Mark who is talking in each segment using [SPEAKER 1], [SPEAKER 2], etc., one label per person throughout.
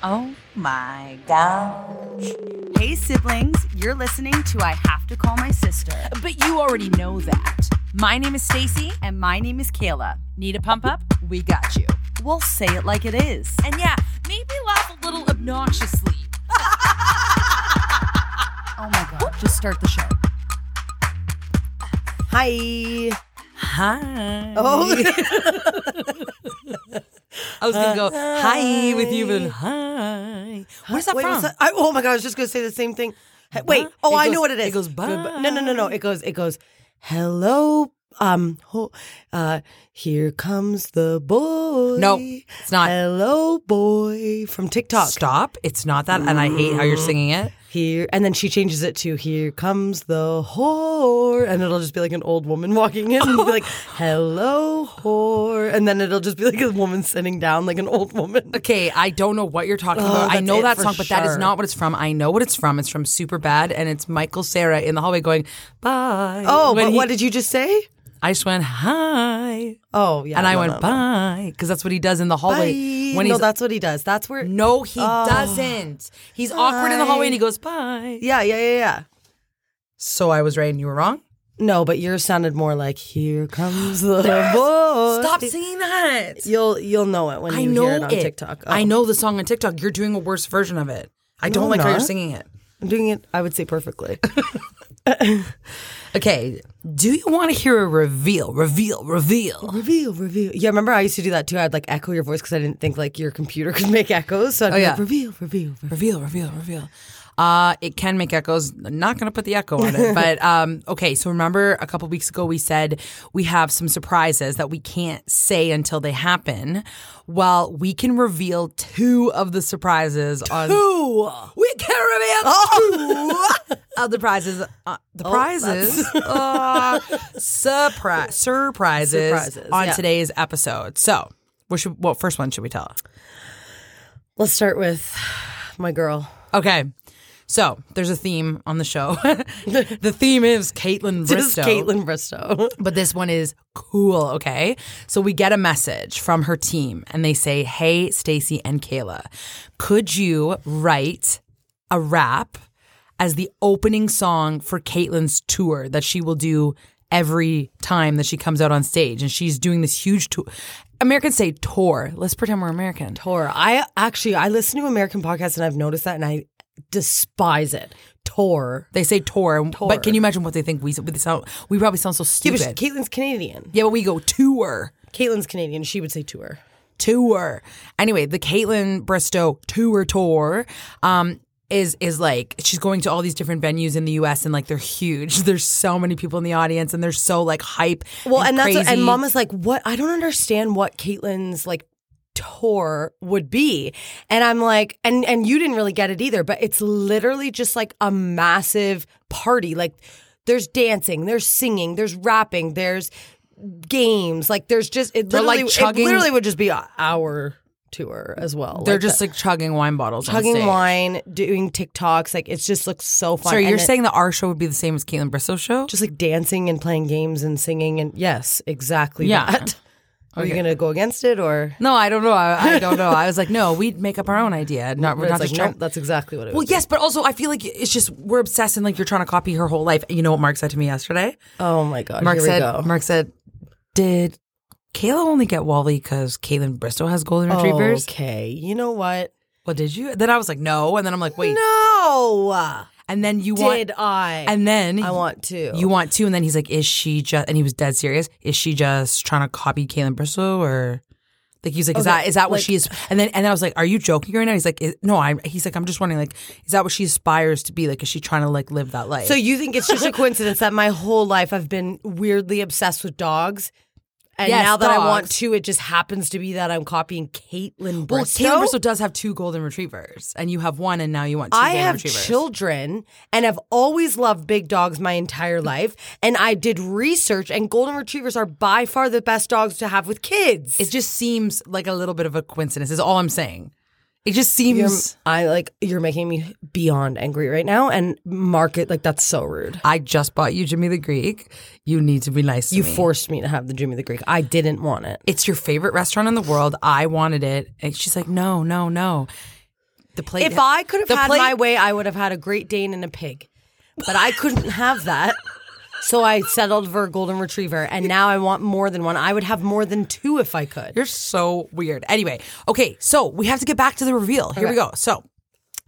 [SPEAKER 1] Oh my gosh. Hey, siblings, you're listening to I Have to Call My Sister.
[SPEAKER 2] But you already know that.
[SPEAKER 1] My name is Stacy.
[SPEAKER 2] And my name is Kayla.
[SPEAKER 1] Need a pump up?
[SPEAKER 2] We got you.
[SPEAKER 1] We'll say it like it is.
[SPEAKER 2] And yeah, maybe laugh a little obnoxiously.
[SPEAKER 1] oh my God. Just start the show.
[SPEAKER 2] Hi.
[SPEAKER 1] Hi.
[SPEAKER 2] Oh. I was gonna go hi with you, but hi. Where's that
[SPEAKER 3] Uh, Wait,
[SPEAKER 2] from?
[SPEAKER 3] what's that? I, oh my god, I was just gonna say the same thing. Hey, Wait,
[SPEAKER 2] Bye.
[SPEAKER 3] oh,
[SPEAKER 2] It
[SPEAKER 3] I
[SPEAKER 2] goes-
[SPEAKER 3] know what it is.
[SPEAKER 2] it goes,
[SPEAKER 3] Goodbye. No, no, no, no. It goes. It goes. Hello. Um. Ho, uh. Here comes the boy.
[SPEAKER 2] No, it's not.
[SPEAKER 3] Hello, boy from TikTok.
[SPEAKER 2] Stop! It's not that, and I hate how you're singing it.
[SPEAKER 3] Here, and then she changes it to "Here comes the whore," and it'll just be like an old woman walking in and be like, "Hello, whore," and then it'll just be like a woman sitting down, like an old woman.
[SPEAKER 2] Okay, I don't know what you're talking about. I
[SPEAKER 3] that's
[SPEAKER 2] know
[SPEAKER 3] it
[SPEAKER 2] that
[SPEAKER 3] for
[SPEAKER 2] song, but that is
[SPEAKER 3] sure.
[SPEAKER 2] not what it's from. I know what it's from. It's from Super Bad, and it's Michael Sarah in the hallway going bye.
[SPEAKER 3] Oh,
[SPEAKER 2] When
[SPEAKER 3] but
[SPEAKER 2] he-
[SPEAKER 3] what did you just say?
[SPEAKER 2] I just went hi,
[SPEAKER 3] Oh, yeah.
[SPEAKER 2] and I
[SPEAKER 3] no,
[SPEAKER 2] went
[SPEAKER 3] no, no.
[SPEAKER 2] bye because that's what he does in the hallway
[SPEAKER 3] Bye.
[SPEAKER 2] when
[SPEAKER 3] no, Oh.
[SPEAKER 2] he's.
[SPEAKER 3] that's what he does. That's where
[SPEAKER 2] no, he doesn't. He's awkward in the hallway, and he goes bye.
[SPEAKER 3] Yeah, yeah, yeah, yeah.
[SPEAKER 2] So I was right, and you were wrong.
[SPEAKER 3] No, but yours sounded more like "Here comes the boy."
[SPEAKER 2] Stop saying that.
[SPEAKER 3] You'll you'll know it when
[SPEAKER 2] I
[SPEAKER 3] you
[SPEAKER 2] know
[SPEAKER 3] hear it on TikTok.
[SPEAKER 2] I
[SPEAKER 3] Oh.
[SPEAKER 2] know the song on TikTok. You're doing a worse version of it. I don't
[SPEAKER 3] I'm
[SPEAKER 2] like how you're
[SPEAKER 3] not.
[SPEAKER 2] singing it.
[SPEAKER 3] I'm doing it. I would say perfectly.
[SPEAKER 2] Okay, do you want to hear a reveal? Reveal, reveal.
[SPEAKER 3] reveal, reveal. Yeah, remember I used to do that too. I'd like echo your voice because I didn't think like your computer could make echoes. So I'd be
[SPEAKER 2] yeah.
[SPEAKER 3] like, reveal, reveal, Oh, reveal.
[SPEAKER 2] Reveal, reveal, reveal. Uh, it can make echoes. I'm not going to put the echo on it. But um, okay, so remember a couple weeks ago we said we have some surprises that we can't say until they happen. Well, we can reveal two of the surprises on. Two! We can reveal
[SPEAKER 3] Oh.
[SPEAKER 2] two of the prizes. Uh, the prizes. uh, surpri- surprises,
[SPEAKER 3] Surprises,
[SPEAKER 2] on
[SPEAKER 3] yeah.
[SPEAKER 2] today's episode. So, what, should, what first one should we tell?
[SPEAKER 3] Let's start with my girl.
[SPEAKER 2] Okay. So there's a theme on the show. the theme is Caitlin
[SPEAKER 3] This is
[SPEAKER 2] Bristow.
[SPEAKER 3] Caitlin Bristow.
[SPEAKER 2] But this one is cool, okay? So we get a message from her team and they say, Hey, Stacy and Kayla, could you write a rap as the opening song for Caitlin's tour that she will do every time that she comes out on stage? And she's doing this huge tour. Americans say tour. Let's pretend we're American.
[SPEAKER 3] Tor. I actually I listen to American podcasts and I've noticed that and I despise it. Tor.
[SPEAKER 2] They say tour,
[SPEAKER 3] Tour.
[SPEAKER 2] but can you imagine what they think we we sound? We probably sound so
[SPEAKER 3] Yeah,
[SPEAKER 2] stupid.
[SPEAKER 3] but
[SPEAKER 2] Yeah,
[SPEAKER 3] she-
[SPEAKER 2] but,
[SPEAKER 3] Caitlin's Canadian.
[SPEAKER 2] we go tour,
[SPEAKER 3] Caitlin's Canadian. She would say tour.
[SPEAKER 2] tour. Anyway, the Caitlin Bristow tour tour. Um, is is like she's going to all these different venues in the U.S. and like they're huge. There's so many people in the audience and they're so like hype.
[SPEAKER 3] Well, and, that's what,
[SPEAKER 2] crazy.
[SPEAKER 3] and Mama's like, what? I don't understand what Caitlin's like tour would be, and I'm like, and and you didn't really get it either, but it's literally just like a massive party. Like, there's dancing, there's singing, there's rapping, there's games. Like, there's just it.
[SPEAKER 2] They're, like,
[SPEAKER 3] literally-
[SPEAKER 2] chugging-
[SPEAKER 3] It literally would just be a- our tour as well.
[SPEAKER 2] They're
[SPEAKER 3] Like,
[SPEAKER 2] just like chugging wine bottles. on
[SPEAKER 3] hugging
[SPEAKER 2] stage.
[SPEAKER 3] wine, doing TikToks. Like, it's just looks so fun.
[SPEAKER 2] So
[SPEAKER 3] And
[SPEAKER 2] you're
[SPEAKER 3] it-
[SPEAKER 2] saying the our show would be the same as Caitlin Bristow show?
[SPEAKER 3] just like dancing and playing games and singing and yes, exactly
[SPEAKER 2] Yeah.
[SPEAKER 3] that. Are you gonna go against it or
[SPEAKER 2] no, I don't know. I, I don't know. I was like, no, we'd make up our own idea. Not, we're
[SPEAKER 3] It's
[SPEAKER 2] not
[SPEAKER 3] like,
[SPEAKER 2] just
[SPEAKER 3] no,
[SPEAKER 2] trying-
[SPEAKER 3] that's exactly what it
[SPEAKER 2] Well,
[SPEAKER 3] was.
[SPEAKER 2] yes, but also I feel like it's just we're obsessed and like you're trying to copy her whole life. You know what Mark said to me yesterday?
[SPEAKER 3] Oh my god,
[SPEAKER 2] Mark
[SPEAKER 3] here
[SPEAKER 2] said,
[SPEAKER 3] we go.
[SPEAKER 2] Mark said, did Kayla only get Wally because Caitlin Bristow has
[SPEAKER 3] Oh,
[SPEAKER 2] golden retrievers?
[SPEAKER 3] Okay, you know what?
[SPEAKER 2] Well, did you? Then I was like, no, and then I'm like, wait.
[SPEAKER 3] No,
[SPEAKER 2] and then you want
[SPEAKER 3] Did I?
[SPEAKER 2] and then
[SPEAKER 3] I want to.
[SPEAKER 2] you want to, and then he's like, "Is she just?" And he was dead serious. Is she just trying to copy Caitlyn Bristow, or like he's like, "Is
[SPEAKER 3] Okay,
[SPEAKER 2] that is that what
[SPEAKER 3] like-
[SPEAKER 2] she is?" And then and then I was like, "Are you joking right now?" He's like, "I- "No, I." He's like, "I'm just wondering, like, is that what she aspires to be? Like, is she trying to like live that life?"
[SPEAKER 3] So you think it's just a coincidence that my whole life I've been weirdly obsessed with dogs? And
[SPEAKER 2] Yes,
[SPEAKER 3] now that I want
[SPEAKER 2] dogs.
[SPEAKER 3] to, it just happens to be that I'm copying Caitlyn
[SPEAKER 2] well,
[SPEAKER 3] Bristow.
[SPEAKER 2] Caitlyn Bristow does have two golden retrievers, and you have one, and now you want two
[SPEAKER 3] I
[SPEAKER 2] golden
[SPEAKER 3] have
[SPEAKER 2] retrievers.
[SPEAKER 3] children and have always loved big dogs my entire life. And I did research, and golden retrievers are by far the best dogs to have with kids.
[SPEAKER 2] It just seems like a little bit of a coincidence. Is all I'm saying. It just seems.
[SPEAKER 3] I like you're making me beyond angry right now, and mark it like that's so rude.
[SPEAKER 2] I just bought you Jimmy the Greek. You need to be nice. To
[SPEAKER 3] You
[SPEAKER 2] me.
[SPEAKER 3] forced me to have the Jimmy the Greek. I didn't want it.
[SPEAKER 2] it's your favorite restaurant in the world. I wanted it. And she's like, no, no, no. The plate.
[SPEAKER 3] If I could have
[SPEAKER 2] the
[SPEAKER 3] had
[SPEAKER 2] plate-
[SPEAKER 3] my way, I would have had a Great Dane and a pig, but I couldn't have that. So I settled for a golden retriever, and now I want more than one. I would have more than two if I could.
[SPEAKER 2] You're so weird. Anyway, okay, so we have to get back to the reveal. Here we go. So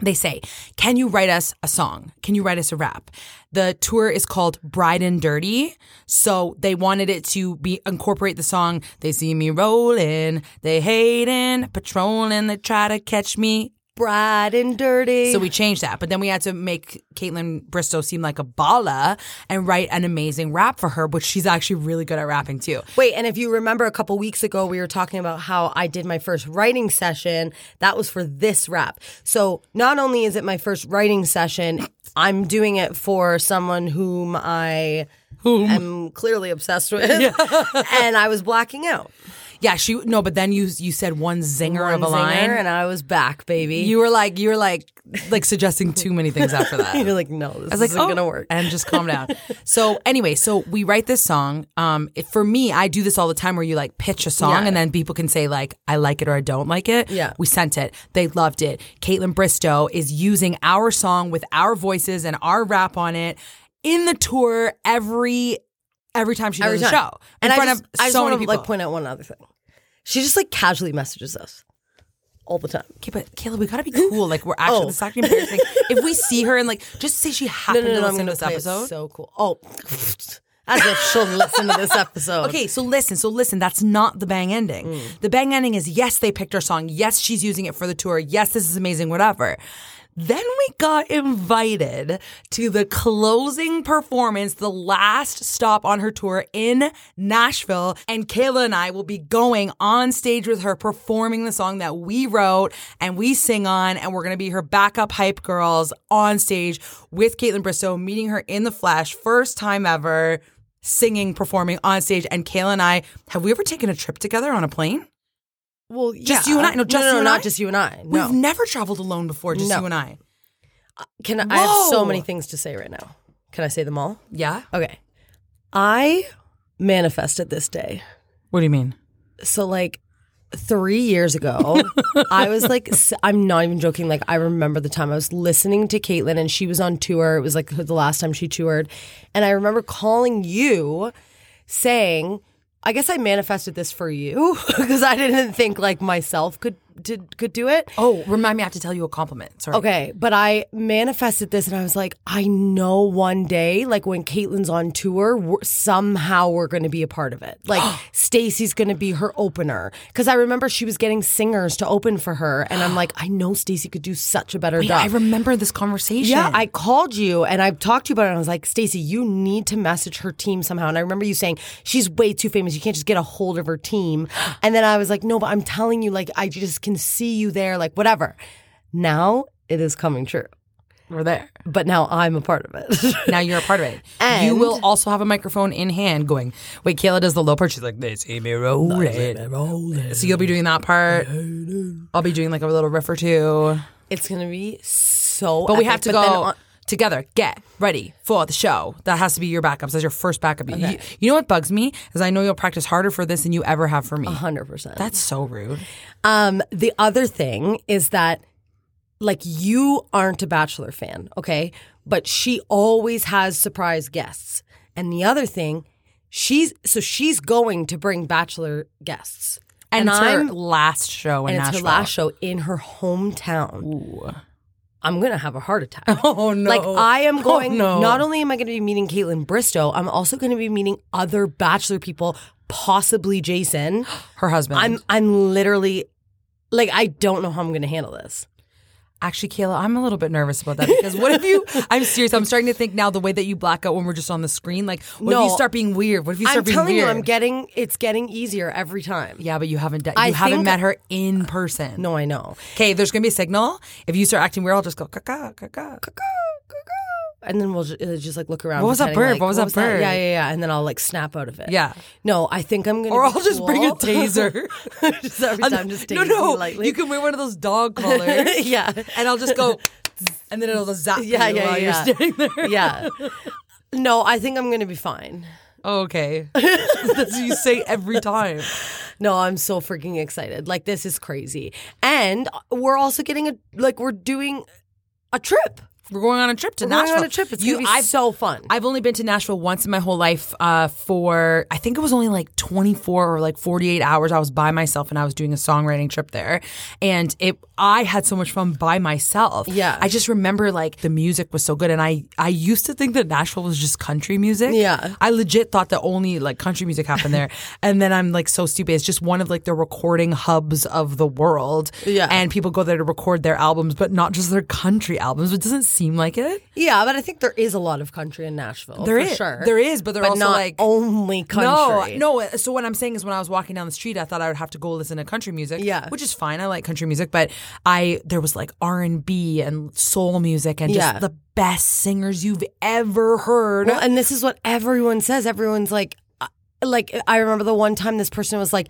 [SPEAKER 2] they say, can you write us a song? Can you write us a rap? The tour is called Bride and Dirty. So they wanted it to be incorporate the song. They see me rolling, they hating, patrolling, they try to catch me
[SPEAKER 3] Bride and dirty.
[SPEAKER 2] So we changed that, but then we had to make Caitlyn Bristow seem like a bala and write an amazing rap for her, which she's actually really good at rapping too.
[SPEAKER 3] Wait, and if you remember a couple weeks ago, we were talking about how I did my first writing session. That was for this rap. So not only is it my first writing session, I'm doing it for someone whom I am clearly obsessed with. and I was blacking out.
[SPEAKER 2] Yeah, she no, but then you you said one zinger of a
[SPEAKER 3] One
[SPEAKER 2] line,
[SPEAKER 3] zinger, and I was back, baby.
[SPEAKER 2] you were like you were like like suggesting too many things after that.
[SPEAKER 3] You're like, no, this
[SPEAKER 2] I was
[SPEAKER 3] isn't
[SPEAKER 2] like, oh,
[SPEAKER 3] gonna work.
[SPEAKER 2] And just calm down. so anyway, so we write this song. Um, it, for me, I do this all the time where you like pitch a song
[SPEAKER 3] Yeah.
[SPEAKER 2] and then people can say like, I like it or I don't like it.
[SPEAKER 3] Yeah.
[SPEAKER 2] We sent it. They loved it. Caitlin Bristow is using our song with our voices and our rap on it in the tour every every time she
[SPEAKER 3] Every
[SPEAKER 2] does
[SPEAKER 3] time.
[SPEAKER 2] a show. In
[SPEAKER 3] and
[SPEAKER 2] front
[SPEAKER 3] I just,
[SPEAKER 2] of
[SPEAKER 3] I just
[SPEAKER 2] so
[SPEAKER 3] wanna,
[SPEAKER 2] many people.
[SPEAKER 3] like point out one other thing. She just like casually messages us all the time.
[SPEAKER 2] okay, but Kayla, we gotta be cool. Like we're actually
[SPEAKER 3] Oh.
[SPEAKER 2] this is actually embarrassing. if we see her and like just say she happened to listen to this
[SPEAKER 3] play it
[SPEAKER 2] episode.
[SPEAKER 3] So cool. Oh, as if she'll listen to this episode.
[SPEAKER 2] Okay, so listen, so listen, that's not the bang ending. The bang ending is yes, they picked our song. Yes, she's using it for the tour. Yes, this is amazing, whatever. Then we got invited to the closing performance, the last stop on her tour in Nashville. And Kayla and I will be going on stage with her performing the song that we wrote and we sing on. And we're going to be her backup hype girls on stage with Caitlin Bristow, meeting her in the flesh, first time ever singing, performing on stage. And Kayla and I, have we ever taken a trip together on a plane?
[SPEAKER 3] Well,
[SPEAKER 2] Just
[SPEAKER 3] yeah.
[SPEAKER 2] you and I? No, just
[SPEAKER 3] no,
[SPEAKER 2] you and
[SPEAKER 3] not
[SPEAKER 2] I?
[SPEAKER 3] just you and I.
[SPEAKER 2] We've
[SPEAKER 3] No,
[SPEAKER 2] never traveled alone before, just
[SPEAKER 3] No.
[SPEAKER 2] you and I.
[SPEAKER 3] can I, I have so
[SPEAKER 2] Whoa.
[SPEAKER 3] many things to say right now? Can I say them all?
[SPEAKER 2] Yeah?
[SPEAKER 3] Okay, I manifested this day.
[SPEAKER 2] What do you mean?
[SPEAKER 3] so like three years ago i was like s- i'm not even joking like i remember the time i was listening to caitlin and she was on tour it was like the last time she toured and i remember calling you saying i guess i manifested this for you because i didn't think like myself could did, could do it
[SPEAKER 2] Oh, remind me, I have to tell you a compliment. Sorry.
[SPEAKER 3] Okay, but I manifested this and I was like, I know one day, like when Caitlin's on tour, we're, somehow we're going to be a part of it. Like Stacy's going to be her opener. Because I remember she was getting singers to open for her. And I'm like, I know Stacy could do such a better
[SPEAKER 2] Wait,
[SPEAKER 3] job.
[SPEAKER 2] I remember this conversation.
[SPEAKER 3] Yeah, I called you and I talked to you about it. And I was like, Stacey, you need to message her team somehow. And I remember you saying, she's way too famous. You can't just get a hold of her team. And then I was like, no, but I'm telling you, like, I just can see you there, like, whatever. Now it is coming true.
[SPEAKER 2] We're there.
[SPEAKER 3] But now I'm a part of it.
[SPEAKER 2] Now you're a part of it. you will also have a microphone in hand going, wait, Kayla does the low part. She's like, they see me roll it. So you'll be doing that part. I'll be doing like a little riff or two.
[SPEAKER 3] it's going to be so.
[SPEAKER 2] But we
[SPEAKER 3] epic.
[SPEAKER 2] have to
[SPEAKER 3] But then
[SPEAKER 2] go
[SPEAKER 3] on-
[SPEAKER 2] together. Get ready for the show. That has to be your backups. That's your first backup. You- You, you know what bugs me is I know you'll practice harder for this than you ever have for me.
[SPEAKER 3] Uh-huh. 100%.
[SPEAKER 2] That's so rude.
[SPEAKER 3] Um, the other thing is that like you aren't a bachelor fan, okay? But she always has surprise guests. And the other thing, she's so she's going to bring bachelor guests.
[SPEAKER 2] And, it's her
[SPEAKER 3] I'm
[SPEAKER 2] last show in
[SPEAKER 3] and it's
[SPEAKER 2] Nashville.
[SPEAKER 3] her last show in her hometown. I'm gonna have a heart attack.
[SPEAKER 2] Oh no!
[SPEAKER 3] Like I am going.
[SPEAKER 2] no.
[SPEAKER 3] Not only am I going to be meeting Caitlin Bristow, I'm also going to be meeting other Bachelor people, possibly Jason.
[SPEAKER 2] her husband.
[SPEAKER 3] I'm I'm literally like I don't know how I'm going to handle this.
[SPEAKER 2] Actually, Kayla, I'm a little bit nervous about that because what if you? I'm serious. I'm starting to think now the way that you black out when we're just on the screen. Like, what
[SPEAKER 3] No.
[SPEAKER 2] if you start being weird? What if you start
[SPEAKER 3] I'm
[SPEAKER 2] being
[SPEAKER 3] telling
[SPEAKER 2] weird?
[SPEAKER 3] you, I'm getting it's getting easier every time.
[SPEAKER 2] yeah, but you haven't done. You
[SPEAKER 3] I
[SPEAKER 2] haven't
[SPEAKER 3] think-
[SPEAKER 2] met her in person.
[SPEAKER 3] No, I know.
[SPEAKER 2] Okay, there's gonna be a signal. If you start acting weird, I'll just go caca caca.
[SPEAKER 3] And then we'll just, just like look around.
[SPEAKER 2] What was that
[SPEAKER 3] pretending,
[SPEAKER 2] bird?
[SPEAKER 3] like,
[SPEAKER 2] What was that bird?
[SPEAKER 3] Yeah, yeah, yeah. And then I'll like snap out of it.
[SPEAKER 2] Yeah.
[SPEAKER 3] No, I think I'm gonna.
[SPEAKER 2] Or I'll
[SPEAKER 3] be
[SPEAKER 2] just bring a
[SPEAKER 3] cool.
[SPEAKER 2] taser.
[SPEAKER 3] just every
[SPEAKER 2] I'm-
[SPEAKER 3] time, just
[SPEAKER 2] no,
[SPEAKER 3] taser
[SPEAKER 2] no.
[SPEAKER 3] lightly.
[SPEAKER 2] You can wear one of those dog collars.
[SPEAKER 3] Yeah.
[SPEAKER 2] and I'll just go, and then it'll just zap
[SPEAKER 3] Yeah,
[SPEAKER 2] you
[SPEAKER 3] yeah,
[SPEAKER 2] while
[SPEAKER 3] yeah.
[SPEAKER 2] you're standing there.
[SPEAKER 3] yeah. No, I think I'm gonna be fine.
[SPEAKER 2] Okay, that's what you say every time.
[SPEAKER 3] No, I'm so freaking excited. Like this is crazy. And we're also getting a like we're doing a trip.
[SPEAKER 2] We're going on a trip to
[SPEAKER 3] We're
[SPEAKER 2] Nashville.
[SPEAKER 3] going on a trip. It's gonna be
[SPEAKER 2] I've-
[SPEAKER 3] so fun.
[SPEAKER 2] I've only been to Nashville once in my whole life uh, for, I think it was only like 24 or like 48 hours. I was by myself and I was doing a songwriting trip there. And it, I had so much fun by myself.
[SPEAKER 3] Yeah.
[SPEAKER 2] I just remember like the music was so good. And I, I used to think that Nashville was just country music.
[SPEAKER 3] Yeah.
[SPEAKER 2] I legit thought that only like country music happened there. and then I'm like so stupid. It's just one of like the recording hubs of the world.
[SPEAKER 3] Yeah.
[SPEAKER 2] And people go there to record their albums, but not just their country albums. It doesn't seem like it.
[SPEAKER 3] yeah, but I think there is a lot of country in Nashville.
[SPEAKER 2] There
[SPEAKER 3] for
[SPEAKER 2] is-
[SPEAKER 3] sure.
[SPEAKER 2] there is, but they're also,
[SPEAKER 3] not
[SPEAKER 2] like-
[SPEAKER 3] only country.
[SPEAKER 2] No, no. So what I'm saying is, when I was walking down the street, I thought I would have to go listen to country music.
[SPEAKER 3] Yeah.
[SPEAKER 2] which is fine. I like country music, but I there was like R and B and soul music and
[SPEAKER 3] Yeah.
[SPEAKER 2] just the best singers you've ever heard.
[SPEAKER 3] Well, and this is what everyone says. Everyone's like, uh, like I remember the one time this person was like,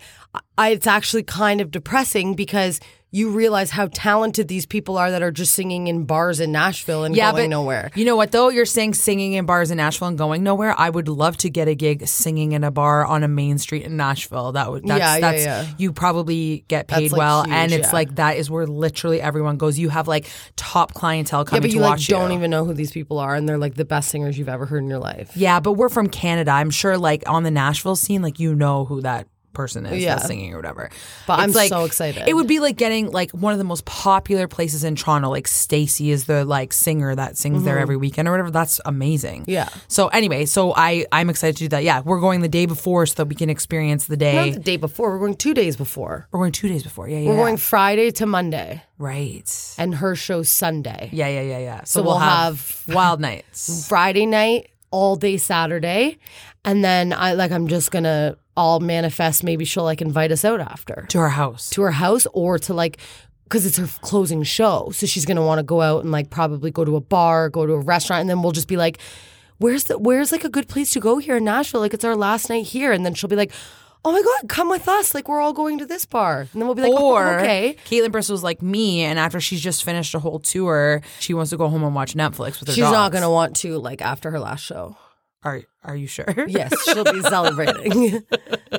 [SPEAKER 3] I, "It's actually kind of depressing because you realize how talented these people are that are just singing in bars in Nashville and going nowhere."
[SPEAKER 2] You know what though? You're saying singing in bars in Nashville and going nowhere. I would love to get a gig singing in a bar on a main street in Nashville. That would that's
[SPEAKER 3] Yeah, yeah,
[SPEAKER 2] that's
[SPEAKER 3] yeah.
[SPEAKER 2] you probably get paid
[SPEAKER 3] That's, like,
[SPEAKER 2] well,
[SPEAKER 3] huge,
[SPEAKER 2] and it's
[SPEAKER 3] yeah.
[SPEAKER 2] like that is where literally everyone goes. You have like top clientele
[SPEAKER 3] Yeah,
[SPEAKER 2] coming
[SPEAKER 3] but
[SPEAKER 2] to
[SPEAKER 3] you like
[SPEAKER 2] watch you.
[SPEAKER 3] don't even know who these people are, and they're like the best singers you've ever heard in your life.
[SPEAKER 2] Yeah, but we're from Canada. I'm sure, like on the Nashville scene, like you know who that person is
[SPEAKER 3] Yeah.
[SPEAKER 2] that's singing or whatever.
[SPEAKER 3] But I'm
[SPEAKER 2] like,
[SPEAKER 3] so excited.
[SPEAKER 2] It would be like getting like one of the most popular places in Toronto. Like Stacy is the like singer that sings there every weekend or whatever. That's amazing.
[SPEAKER 3] Mm-hmm. Yeah.
[SPEAKER 2] So anyway, so I I'm excited to do that. Yeah, we're going the day before so that we can experience the day.
[SPEAKER 3] Not the day before. We're going two days before.
[SPEAKER 2] we're going two days before. Yeah, yeah.
[SPEAKER 3] We're
[SPEAKER 2] yeah.
[SPEAKER 3] going Friday to Monday,
[SPEAKER 2] right.
[SPEAKER 3] and her show Sunday.
[SPEAKER 2] Yeah, yeah, yeah, yeah. So,
[SPEAKER 3] So we'll
[SPEAKER 2] wild nights.
[SPEAKER 3] Friday night, all day Saturday, and then I like I'm just gonna all manifest. Maybe she'll like invite us out after
[SPEAKER 2] To our house.
[SPEAKER 3] to her house or to like because it's her closing show, so she's gonna want to go out and like probably go to a bar, go to a restaurant, and then we'll just be like, "Where's the where's like a good place to go here in Nashville? Like it's our last night here," and then she'll be like. Oh my God! Come with us. Like we're all going to this bar, and then we'll be like, oh,
[SPEAKER 2] or
[SPEAKER 3] okay."
[SPEAKER 2] Caitlin Bristol's like me, and after she's just finished a whole tour, she wants to go home and watch Netflix with her.
[SPEAKER 3] She's not
[SPEAKER 2] dogs.
[SPEAKER 3] gonna want to like after her last show.
[SPEAKER 2] Are Are you sure?
[SPEAKER 3] Yes, she'll be celebrating.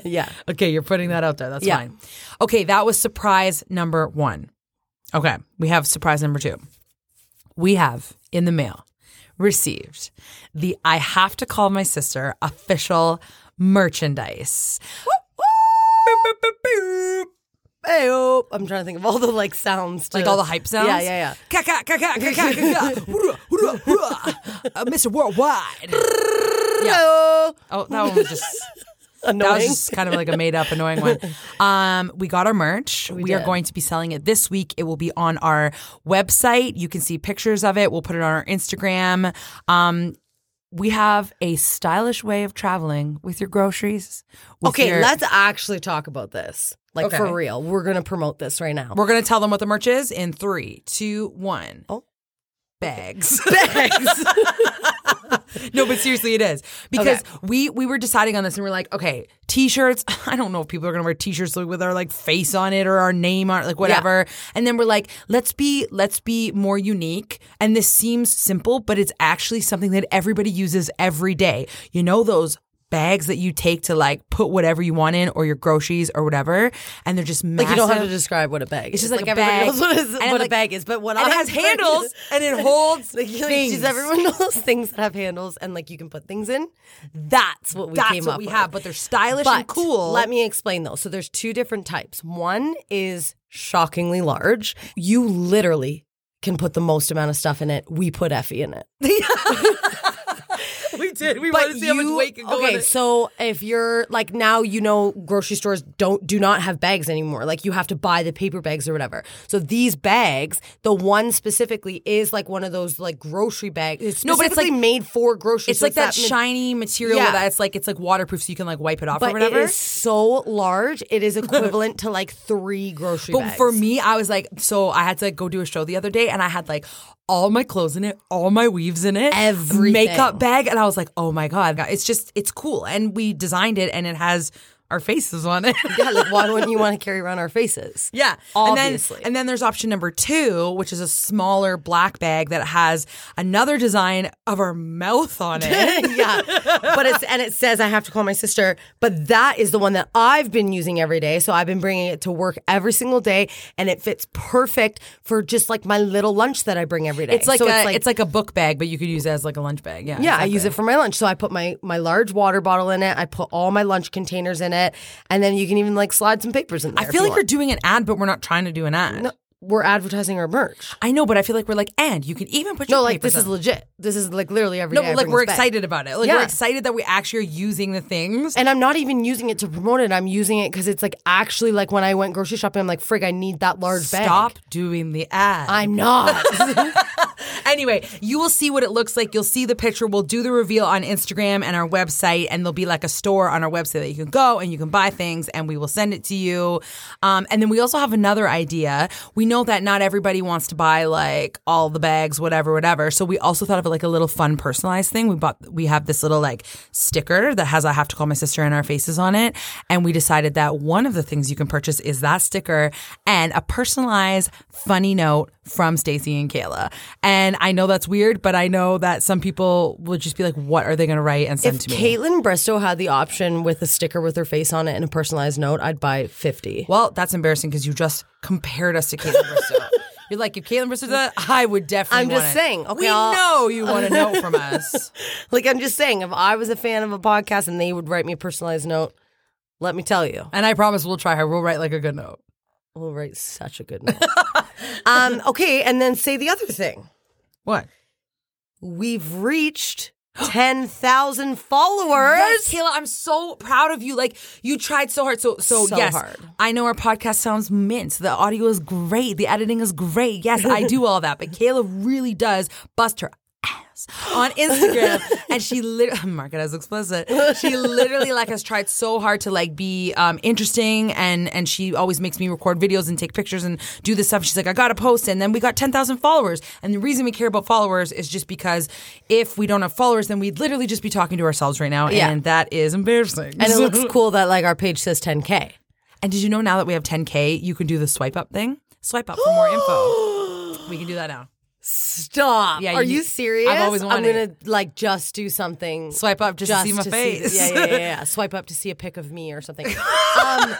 [SPEAKER 3] yeah.
[SPEAKER 2] Okay, you're putting that out there. That's
[SPEAKER 3] Yeah.
[SPEAKER 2] fine. Okay, that was surprise number one. Okay, we have surprise number two. We have in the mail received the I have to call my sister official merchandise. Boop, boop, boop, boop.
[SPEAKER 3] Ayo. oh, I'm trying to think of all the like sounds, to-
[SPEAKER 2] Like all the hype sounds?
[SPEAKER 3] Yeah, yeah, yeah.
[SPEAKER 2] Kaka, kaka, kaka, kaka. Hurrah, hurrah, hurrah. Uh, Mr. Worldwide. Yeah.
[SPEAKER 3] Oh,
[SPEAKER 2] Oh, that one was just. That
[SPEAKER 3] annoying.
[SPEAKER 2] was just kind of like a made up annoying one. Um, we got our merch. We, are
[SPEAKER 3] did.
[SPEAKER 2] going to be selling it this week. It will be on our website. You can see pictures of it. We'll put it on our Instagram. Um, we have a stylish way of traveling with your groceries. with
[SPEAKER 3] okay,
[SPEAKER 2] your-
[SPEAKER 3] let's actually talk about this. Like
[SPEAKER 2] Okay.
[SPEAKER 3] for real, we're gonna promote this right now.
[SPEAKER 2] We're going to tell them what the merch is in three, two, one.
[SPEAKER 3] Oh.
[SPEAKER 2] Bags. Bags. no, but seriously, it is. Because we we were deciding on this and we're like, okay, t shirts. I don't know if people are going to wear t shirts with our like face on it or our name on it, like whatever. And then we're like, let's be, let's be more unique. And this seems simple, but it's actually something that everybody uses every day. You know, those. Bags that you take to like put whatever you want in, or your groceries, or whatever, and they're just massive.
[SPEAKER 3] like you don't have to describe what a bag.
[SPEAKER 2] It's
[SPEAKER 3] is.
[SPEAKER 2] just like, a
[SPEAKER 3] everybody
[SPEAKER 2] bag.
[SPEAKER 3] knows what, is,
[SPEAKER 2] And,
[SPEAKER 3] what a
[SPEAKER 2] like-
[SPEAKER 3] bag is, but what
[SPEAKER 2] and
[SPEAKER 3] I
[SPEAKER 2] it has handles and it holds
[SPEAKER 3] Like, like
[SPEAKER 2] things.
[SPEAKER 3] she's everyone knows things that have handles and like you can put things in. That's what we
[SPEAKER 2] That's
[SPEAKER 3] came
[SPEAKER 2] what
[SPEAKER 3] up
[SPEAKER 2] we
[SPEAKER 3] with.
[SPEAKER 2] have, but they're stylish and cool.
[SPEAKER 3] Let me explain though. So there's two different types. One is shockingly large. You literally can put the most amount of stuff in it. We put Effie in it.
[SPEAKER 2] we did. We
[SPEAKER 3] But you- okay, so if you're like now, you know, grocery stores don't do not have bags anymore. Like you have to buy the paper bags or whatever. So these bags, the one specifically is like one of those like grocery bags. It's
[SPEAKER 2] No, but it's
[SPEAKER 3] specifically
[SPEAKER 2] like-
[SPEAKER 3] made for groceries.
[SPEAKER 2] It's
[SPEAKER 3] So
[SPEAKER 2] like that,
[SPEAKER 3] ma-
[SPEAKER 2] shiny material
[SPEAKER 3] Yeah.
[SPEAKER 2] that's like it's like waterproof, so you can like wipe it off or
[SPEAKER 3] But it
[SPEAKER 2] whatever.
[SPEAKER 3] is so large, it is equivalent to like three grocery
[SPEAKER 2] But
[SPEAKER 3] bags.
[SPEAKER 2] for me, I was like, so I had to go do a show the other day, and I had like all my clothes in it, all my weaves in it,
[SPEAKER 3] Everything.
[SPEAKER 2] makeup bag, and I was like, oh my god, it's just it's cool, and we designed it, and it has our faces on it.
[SPEAKER 3] yeah, like why wouldn't you want to carry around our faces?
[SPEAKER 2] Yeah,
[SPEAKER 3] obviously.
[SPEAKER 2] And then, and then there's option number two, which is a smaller black bag that has another design of our mouth on it.
[SPEAKER 3] yeah. But it's and it says I have to call my sister, but that is the one that I've been using every day. So I've been bringing it to work every single day and it fits perfect for just like my little lunch that I bring every day.
[SPEAKER 2] It's like
[SPEAKER 3] So
[SPEAKER 2] a it's like, a book bag, but you could use it as like a lunch bag. Yeah,
[SPEAKER 3] yeah, I use it for my lunch. So I put my my large water bottle in it. I put all my lunch containers in it, and then you can even like slide some papers in there.
[SPEAKER 2] I feel like we're doing an ad, but we're not trying to do an ad.
[SPEAKER 3] we're advertising our merch.
[SPEAKER 2] I know, but I feel like we're like, and you can even put your
[SPEAKER 3] No, like
[SPEAKER 2] papers
[SPEAKER 3] this is
[SPEAKER 2] on.
[SPEAKER 3] legit. This is like literally every
[SPEAKER 2] no,
[SPEAKER 3] day I
[SPEAKER 2] but, like
[SPEAKER 3] bring
[SPEAKER 2] we're
[SPEAKER 3] this back.
[SPEAKER 2] excited about it. Like we're
[SPEAKER 3] Yeah.
[SPEAKER 2] excited that we actually are using the things.
[SPEAKER 3] And I'm not even using it to promote it. I'm using it because it's like actually like when I went grocery shopping, I'm like, frig, I need that large bag.
[SPEAKER 2] Stop doing the ad.
[SPEAKER 3] I'm not.
[SPEAKER 2] Anyway, you will see what it looks like. You'll see the picture. We'll do the reveal on Instagram and our website, and there'll be like a store on our website that you can go and you can buy things, and we will send it to you. Um, and then we also have another idea. We know that not everybody wants to buy like all the bags, whatever, whatever. So we also thought of like a little fun personalized thing. We bought we have this little like sticker that has I have to call my sister and our faces on it, and we decided that one of the things you can purchase is that sticker and a personalized funny note from Stacey and Kayla. And I know that's weird, but I know that some people will just be like, "What are they going to write and send
[SPEAKER 3] If
[SPEAKER 2] to me?"
[SPEAKER 3] Caitlin Bristow had the option with a sticker with her face on it and a personalized note, I'd buy 50.
[SPEAKER 2] well, that's embarrassing because you just compared us to Caitlin Bristow. You're like, if Caitlin Bristow did that, I would definitely.
[SPEAKER 3] I'm just
[SPEAKER 2] want it.
[SPEAKER 3] saying, okay,
[SPEAKER 2] we
[SPEAKER 3] I'll-
[SPEAKER 2] know you want a note from us.
[SPEAKER 3] Like, I'm just saying, if I was a fan of a podcast and they would write me a personalized note, let me tell you,
[SPEAKER 2] And I promise we'll try her. We'll write like a good note.
[SPEAKER 3] we'll write such a good note. um, okay, and then say the other thing.
[SPEAKER 2] What?
[SPEAKER 3] We've reached 10,000 followers.
[SPEAKER 2] Yes, Kayla, I'm so proud of you. Like you tried so hard. So so,
[SPEAKER 3] So
[SPEAKER 2] yes.
[SPEAKER 3] hard.
[SPEAKER 2] I know our podcast sounds mint. The audio is great. The editing is great. Yes, I do all that. But Kayla really does bust her ass on Instagram and she literally mark it as explicit. She literally like has tried so hard to like be um, interesting and and she always makes me record videos and take pictures and do this stuff. She's like, I gotta post and then we got ten thousand followers. And the reason we care about followers is just because if we don't have followers, then we'd literally just be talking to ourselves right now.
[SPEAKER 3] Yeah.
[SPEAKER 2] And that is embarrassing.
[SPEAKER 3] And it looks cool that, like, our page says 10K.
[SPEAKER 2] And did you know now that we have 10K, you can do the swipe up thing? Swipe up for more info. We can do that now.
[SPEAKER 3] Stop.
[SPEAKER 2] Yeah,
[SPEAKER 3] Are
[SPEAKER 2] you-
[SPEAKER 3] you, serious?
[SPEAKER 2] I've always
[SPEAKER 3] I'm
[SPEAKER 2] wanted
[SPEAKER 3] gonna like just do something.
[SPEAKER 2] Swipe up just to see my face.
[SPEAKER 3] yeah, yeah, yeah, yeah. Swipe up to see a pic of me or something. Um,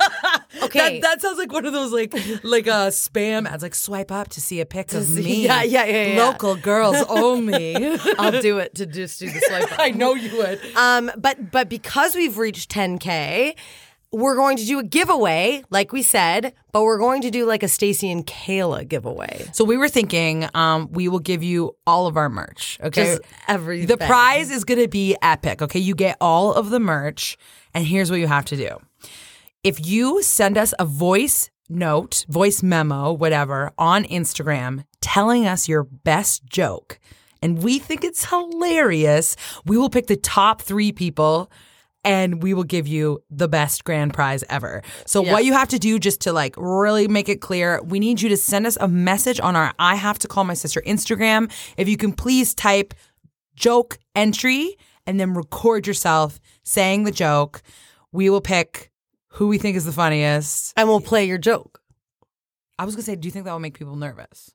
[SPEAKER 3] okay.
[SPEAKER 2] That, that sounds like one of those like like uh, spam ads, like swipe up to see a pic of me.
[SPEAKER 3] yeah, yeah, yeah, yeah.
[SPEAKER 2] Local girls only.
[SPEAKER 3] I'll do it to just do the swipe up.
[SPEAKER 2] I know you would.
[SPEAKER 3] Um, but but because we've reached 10k, we're going to do a giveaway, like we said. But we're going to do like a Stacy and Kayla giveaway.
[SPEAKER 2] So we were thinking, um, we will give you all of our merch. Okay,
[SPEAKER 3] Just everything.
[SPEAKER 2] The prize is going to be epic. Okay, you get all of the merch, and here's what you have to do: if you send us a voice note, voice memo, whatever, on Instagram, telling us your best joke, and we think it's hilarious, we will pick the top three people. And we will give you the best grand prize ever. So, what you have to do just to like really make it clear, we need you to send us a message on our I Have to Call My Sister Instagram. If you can please type joke entry and then record yourself saying the joke. We will pick who we think is the funniest.
[SPEAKER 3] And we'll play your joke.
[SPEAKER 2] I was gonna say, do you think that will make people nervous?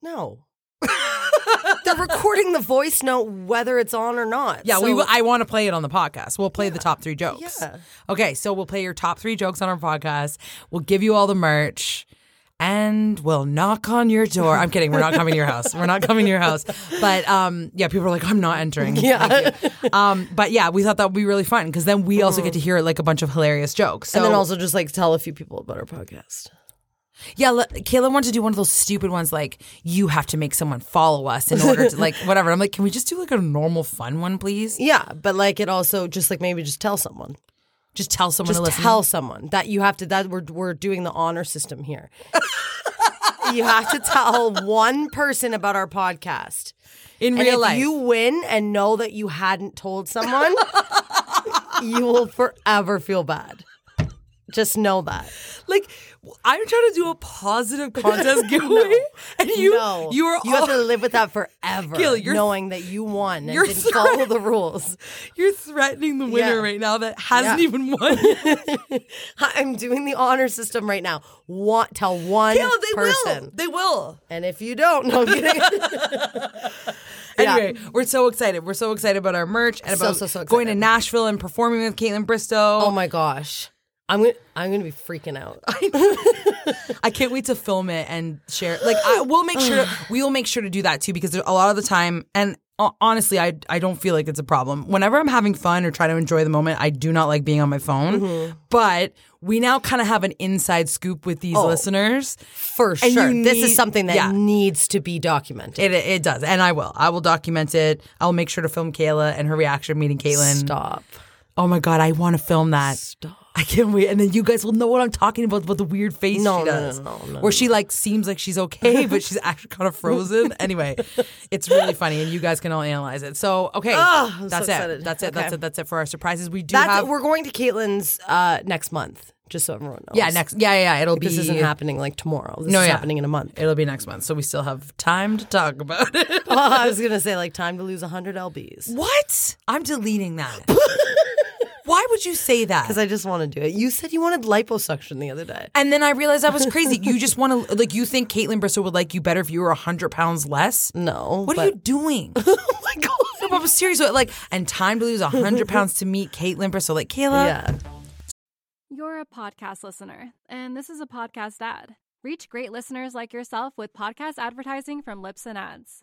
[SPEAKER 3] No. They're recording the voice note whether it's on or not.
[SPEAKER 2] Yeah, we.
[SPEAKER 3] So-
[SPEAKER 2] Will, I want to play it on the podcast. We'll play the top three jokes.
[SPEAKER 3] Yeah.
[SPEAKER 2] Okay, so we'll play your top three jokes on our podcast. We'll give you all the merch, and we'll knock on your door. I'm kidding. We're not coming to your house. We're not coming to your house. But um, yeah, people are like, I'm not entering. Yeah. Um, but yeah, we thought that would be really fun because then we also get to hear like a bunch of hilarious jokes. So
[SPEAKER 3] and then also just like tell a few people about our podcast.
[SPEAKER 2] Yeah, le- Kayla wanted to do one of those stupid ones like you have to make someone follow us in order to like whatever. I'm like, can we just do like a normal fun one, please?
[SPEAKER 3] Yeah, but like it also just like maybe just tell someone.
[SPEAKER 2] Just tell someone
[SPEAKER 3] Just
[SPEAKER 2] to listen.
[SPEAKER 3] tell someone that you have to that we're we're doing the honor system here. you have to tell one person about our podcast.
[SPEAKER 2] in
[SPEAKER 3] And
[SPEAKER 2] real
[SPEAKER 3] if
[SPEAKER 2] life.
[SPEAKER 3] you win and know that you hadn't told someone, you will forever feel bad. Just know that.
[SPEAKER 2] like I'm trying to do a positive contest giveaway, and you
[SPEAKER 3] no,
[SPEAKER 2] you are
[SPEAKER 3] have
[SPEAKER 2] all,
[SPEAKER 3] to live with that forever,
[SPEAKER 2] Gil, you're-
[SPEAKER 3] knowing that you won and
[SPEAKER 2] you're
[SPEAKER 3] didn't
[SPEAKER 2] threat-
[SPEAKER 3] follow the rules.
[SPEAKER 2] you're threatening the winner
[SPEAKER 3] Yeah.
[SPEAKER 2] right now that hasn't
[SPEAKER 3] Yeah.
[SPEAKER 2] even won. Yet.
[SPEAKER 3] I'm doing the honor system right now. Want tell one
[SPEAKER 2] No, they
[SPEAKER 3] person,
[SPEAKER 2] will. They will.
[SPEAKER 3] and if you don't, no I'm kidding. Yeah.
[SPEAKER 2] Anyway, we're so excited. We're so excited about our merch and
[SPEAKER 3] So,
[SPEAKER 2] about
[SPEAKER 3] so, so
[SPEAKER 2] going to
[SPEAKER 3] excited.
[SPEAKER 2] Nashville and performing with Caitlin Bristow.
[SPEAKER 3] oh my gosh, I'm gonna I'm gonna be freaking out.
[SPEAKER 2] I can't wait to film it and share. it. Like, I will make sure we will make sure to do that too because there- a lot of the time, and ho- honestly, I I don't feel like it's a problem. Whenever I'm having fun or trying to enjoy the moment, I do not like being on my phone. But we now kind of have an inside scoop with these listeners.
[SPEAKER 3] For
[SPEAKER 2] And
[SPEAKER 3] sure,
[SPEAKER 2] you
[SPEAKER 3] this is
[SPEAKER 2] need-
[SPEAKER 3] something that
[SPEAKER 2] yeah.
[SPEAKER 3] needs to be documented.
[SPEAKER 2] It it does, and I will. I will document it. I'll make sure to film Kayla and her reaction meeting Caitlin.
[SPEAKER 3] Stop.
[SPEAKER 2] Oh my god, I want to film that.
[SPEAKER 3] Stop.
[SPEAKER 2] I can't wait, and then you guys will know what I'm talking about about the weird face
[SPEAKER 3] No,
[SPEAKER 2] she
[SPEAKER 3] no, no,
[SPEAKER 2] does,
[SPEAKER 3] no, no,
[SPEAKER 2] where she like seems like she's okay, but she's actually kind of frozen. anyway, it's really funny, and you guys can all analyze it. So okay,
[SPEAKER 3] I'm
[SPEAKER 2] that's
[SPEAKER 3] so
[SPEAKER 2] it.
[SPEAKER 3] excited.
[SPEAKER 2] That's it. That's
[SPEAKER 3] Okay.
[SPEAKER 2] it. That's it for our surprises. We do
[SPEAKER 3] That's
[SPEAKER 2] have.
[SPEAKER 3] we're going to Caitlin's uh, next month, just so everyone knows.
[SPEAKER 2] yeah, next. Yeah, yeah. yeah, It'll be.
[SPEAKER 3] This isn't happening like tomorrow. This
[SPEAKER 2] No,
[SPEAKER 3] is
[SPEAKER 2] yeah.
[SPEAKER 3] happening in a month.
[SPEAKER 2] It'll be next month, so we still have time to talk about it.
[SPEAKER 3] Well, I was gonna say like time to lose hundred lbs
[SPEAKER 2] what? I'm deleting that. Why would you say that?
[SPEAKER 3] because I just want to do it. You said you wanted liposuction the other day.
[SPEAKER 2] And then I realized I was crazy. You just want to, like, you think Caitlyn Bristow would like you better if you were 100 pounds less?
[SPEAKER 3] No,
[SPEAKER 2] What
[SPEAKER 3] but-
[SPEAKER 2] are you doing?
[SPEAKER 3] Oh my god.
[SPEAKER 2] No, but I'm serious. Like, and time to lose 100 pounds to meet Caitlyn Bristow. Like, Kayla,
[SPEAKER 3] Yeah.
[SPEAKER 4] You're a podcast listener, and this is a podcast ad. Reach great listeners like yourself with podcast advertising from Lips and Ads.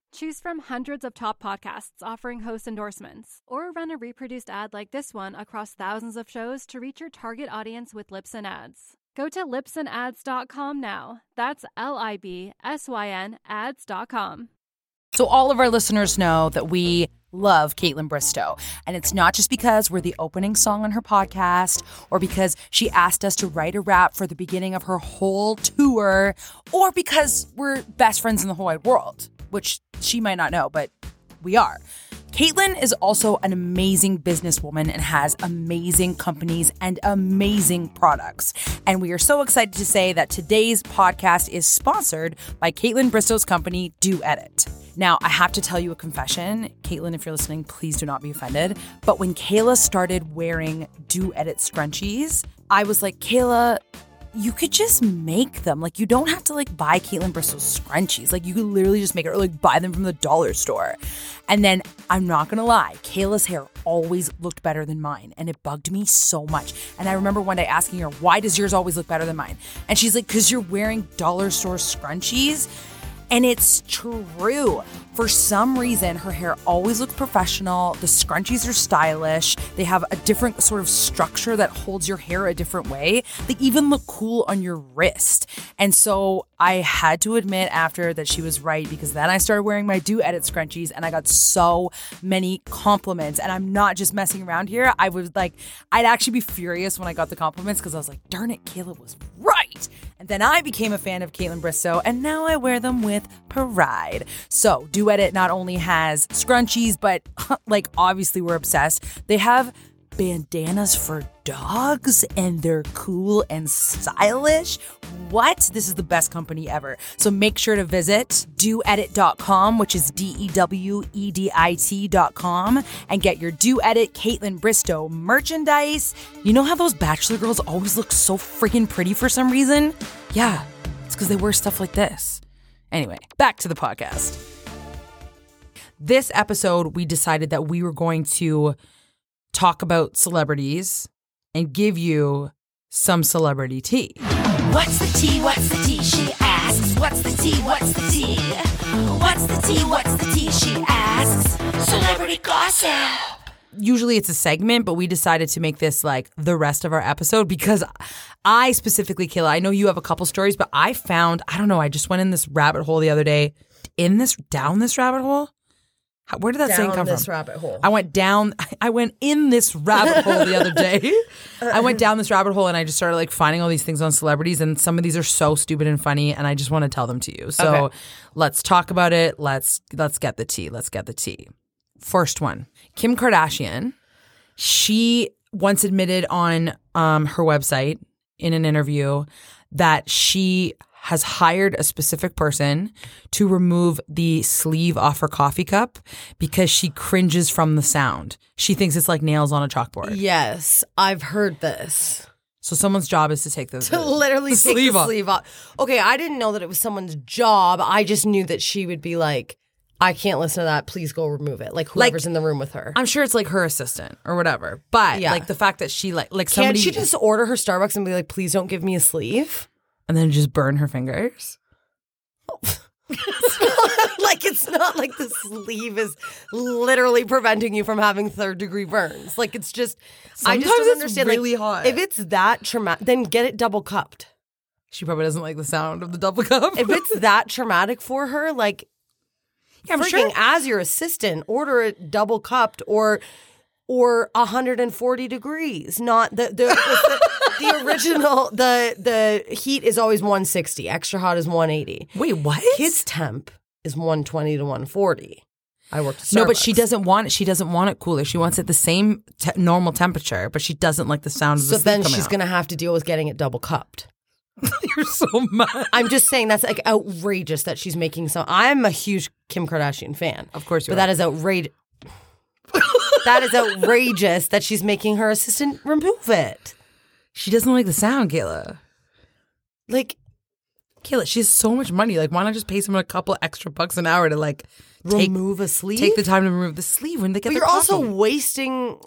[SPEAKER 4] Choose from hundreds of top podcasts offering host endorsements, or run a reproduced ad like this one across thousands of shows to reach your target audience with Lips and Ads. Go to lipsandads.com now. That's L I B S Y N ads.com.
[SPEAKER 2] So, all of our listeners know that we love Caitlin Bristow. And it's not just because we're the opening song on her podcast or because she asked us to write a rap for the beginning of her whole tour or because we're best friends in the whole wide world, which she might not know, but we are. Caitlin is also an amazing businesswoman and has amazing companies and amazing products. And we are so excited to say that today's podcast is sponsored by Caitlin Bristow's company, Do Edit. Now, I have to tell you a confession. Caitlin, if you're listening, please do not be offended. But when Kayla started wearing Do Edit scrunchies, I was like, Kayla, you could just make them. Like you don't have to like buy Caitlin Bristol's scrunchies. Like you could literally just make it or like buy them from the dollar store. And then I'm not gonna lie, Kayla's hair always looked better than mine. And it bugged me so much. And I remember one day asking her, why does yours always look better than mine? And she's like, because you're wearing dollar store scrunchies. And it's true. For some reason, her hair always looks professional. The scrunchies are stylish. They have a different sort of structure that holds your hair a different way. They even look cool on your wrist. And so I had to admit after that she was right because then I started wearing my do edit scrunchies and I got so many compliments. And I'm not just messing around here. I was like, I'd actually be furious when I got the compliments because I was like, darn it, Kayla was right. And then I became a fan of Caitlin Bristow, and now I wear them with pride. So, Do Edit not only has scrunchies, but like obviously we're obsessed. They have bandanas for dogs, and they're cool and stylish. What? This is the best company ever. So make sure to visit doedit.com, which is D E W E D I T.com, and get your Do Edit Caitlin Bristow merchandise. You know how those Bachelor girls always look so freaking pretty for some reason? Yeah, it's because they wear stuff like this. Anyway, back to the podcast. this episode, we decided that we were going to talk about celebrities and give you some celebrity tea.
[SPEAKER 5] What's the tea? What's the tea? She asks. What's the tea? What's the tea? What's the tea? What's the tea? She asks. Celebrity gossip.
[SPEAKER 2] usually it's a segment, but we decided to make this like the rest of our episode because I specifically, Kayla, I know you have a couple stories, but I found, I don't know, I just went in this rabbit hole the other day. In this, down this rabbit hole? How, where did that saying
[SPEAKER 3] Down
[SPEAKER 2] come
[SPEAKER 3] this
[SPEAKER 2] from?
[SPEAKER 3] rabbit hole.
[SPEAKER 2] I went down, I went in this rabbit hole the other day. I went down this rabbit hole and I just started like finding all these things on celebrities, and some of these are so stupid and funny, and I just want to tell them to you. So let's talk about it. Let's let's get the tea. Let's get the tea. First one Kim Kardashian. She once admitted on um, her website in an interview that she has hired a specific person to remove the sleeve off her coffee cup because she cringes from the sound. She thinks it's like nails on a chalkboard.
[SPEAKER 3] Yes, I've heard this.
[SPEAKER 2] So someone's job is to take the,
[SPEAKER 3] To literally
[SPEAKER 2] the
[SPEAKER 3] take
[SPEAKER 2] sleeve
[SPEAKER 3] the
[SPEAKER 2] off.
[SPEAKER 3] sleeve off. Okay, I didn't know that it was someone's job. I just knew that she would be like, I can't listen to that. Please go remove it. Like whoever's in the room with her.
[SPEAKER 2] I'm sure it's like her assistant or whatever. But
[SPEAKER 3] Yeah.
[SPEAKER 2] like the fact that she like like
[SPEAKER 3] Can't
[SPEAKER 2] somebody
[SPEAKER 3] she just order her Starbucks and be like, please don't give me a sleeve?
[SPEAKER 2] and then just burn her fingers.
[SPEAKER 3] like it's not like the sleeve is literally preventing you from having third degree burns. Like it's just I just
[SPEAKER 2] Sometimes
[SPEAKER 3] don't
[SPEAKER 2] it's
[SPEAKER 3] understand.
[SPEAKER 2] really
[SPEAKER 3] like,
[SPEAKER 2] hot.
[SPEAKER 3] If it's that traumatic, then get it double cupped.
[SPEAKER 2] She probably doesn't like the sound of the double cup.
[SPEAKER 3] If it's that traumatic for her, like
[SPEAKER 2] yeah,
[SPEAKER 3] freaking as your assistant, order it double cupped or or 140 degrees. Not the the, the, the original the the heat is always 160. Extra hot is 180.
[SPEAKER 2] Wait, what?
[SPEAKER 3] Kids temp is 120 to 140. I worked at
[SPEAKER 2] No, but she
[SPEAKER 3] Starbucks.
[SPEAKER 2] doesn't want it. She doesn't want it cooler. She wants it the same te- normal temperature, but she doesn't like the sound of
[SPEAKER 3] So
[SPEAKER 2] the sleep
[SPEAKER 3] then
[SPEAKER 2] coming
[SPEAKER 3] she's
[SPEAKER 2] out.
[SPEAKER 3] going to have to deal with getting it double cupped.
[SPEAKER 2] You're so mad.
[SPEAKER 3] I'm just saying that's like outrageous that she's making some. I'm a huge Kim Kardashian fan.
[SPEAKER 2] Of course you
[SPEAKER 3] But
[SPEAKER 2] are.
[SPEAKER 3] that is outrageous. that is outrageous that she's making her assistant remove it.
[SPEAKER 2] She doesn't like the sound, Kayla.
[SPEAKER 3] Like,
[SPEAKER 2] Kayla, she has so much money. Like, why not just pay someone a couple extra bucks an hour to like take,
[SPEAKER 3] remove a sleeve?
[SPEAKER 2] take the time to remove the sleeve when they get
[SPEAKER 3] but
[SPEAKER 2] their
[SPEAKER 3] you're also
[SPEAKER 2] coffee?
[SPEAKER 3] wasting,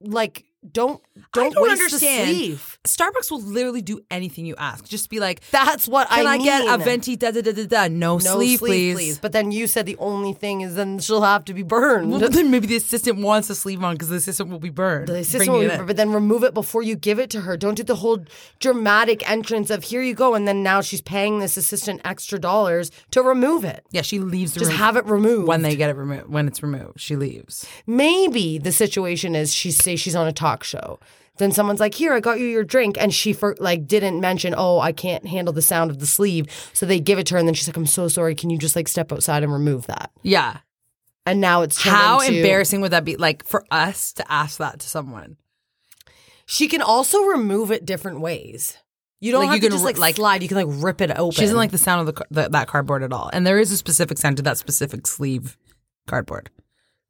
[SPEAKER 3] like, don't,
[SPEAKER 2] I
[SPEAKER 3] don't,
[SPEAKER 2] don't
[SPEAKER 3] waste the
[SPEAKER 2] understand.
[SPEAKER 3] sleeve.
[SPEAKER 2] Starbucks will literally do anything you ask. Just be like,
[SPEAKER 3] That's what
[SPEAKER 2] "Can I,
[SPEAKER 3] mean.
[SPEAKER 2] get a venti da da da da da? No,
[SPEAKER 3] No
[SPEAKER 2] sleeve, please."
[SPEAKER 3] But then you said the only thing is then she'll have to be burned.
[SPEAKER 2] Well, then maybe the assistant wants a sleeve on because the assistant will be burned.
[SPEAKER 3] The assistant
[SPEAKER 2] Bringing
[SPEAKER 3] will
[SPEAKER 2] it
[SPEAKER 3] remove
[SPEAKER 2] in.
[SPEAKER 3] it, but then remove it before you give it to her. Don't do the whole dramatic entrance of here you go, and then now she's paying this assistant extra dollars to remove it.
[SPEAKER 2] Yeah, she leaves the
[SPEAKER 3] Just
[SPEAKER 2] room
[SPEAKER 3] have it removed.
[SPEAKER 2] when they get it removed. When it's removed, she leaves.
[SPEAKER 3] maybe the situation is she say she's on a talk show. Then someone's like, "Here, I got you your drink," and she for, like didn't mention, "Oh, I can't handle the sound of the sleeve," so they give it to her, and then she's like, "I'm so sorry. Can you just like step outside and remove that?"
[SPEAKER 2] Yeah.
[SPEAKER 3] And now it's turned
[SPEAKER 2] How
[SPEAKER 3] into-
[SPEAKER 2] embarrassing would that be? Like for us to ask that to someone.
[SPEAKER 3] She can also remove it different ways. You don't
[SPEAKER 2] Like,
[SPEAKER 3] have
[SPEAKER 2] you
[SPEAKER 3] to
[SPEAKER 2] can
[SPEAKER 3] just
[SPEAKER 2] ri-
[SPEAKER 3] like,
[SPEAKER 2] like-
[SPEAKER 3] slide. You can like rip it open.
[SPEAKER 2] She doesn't like the sound of the, the that cardboard at all. And there is a specific sound to that specific sleeve cardboard.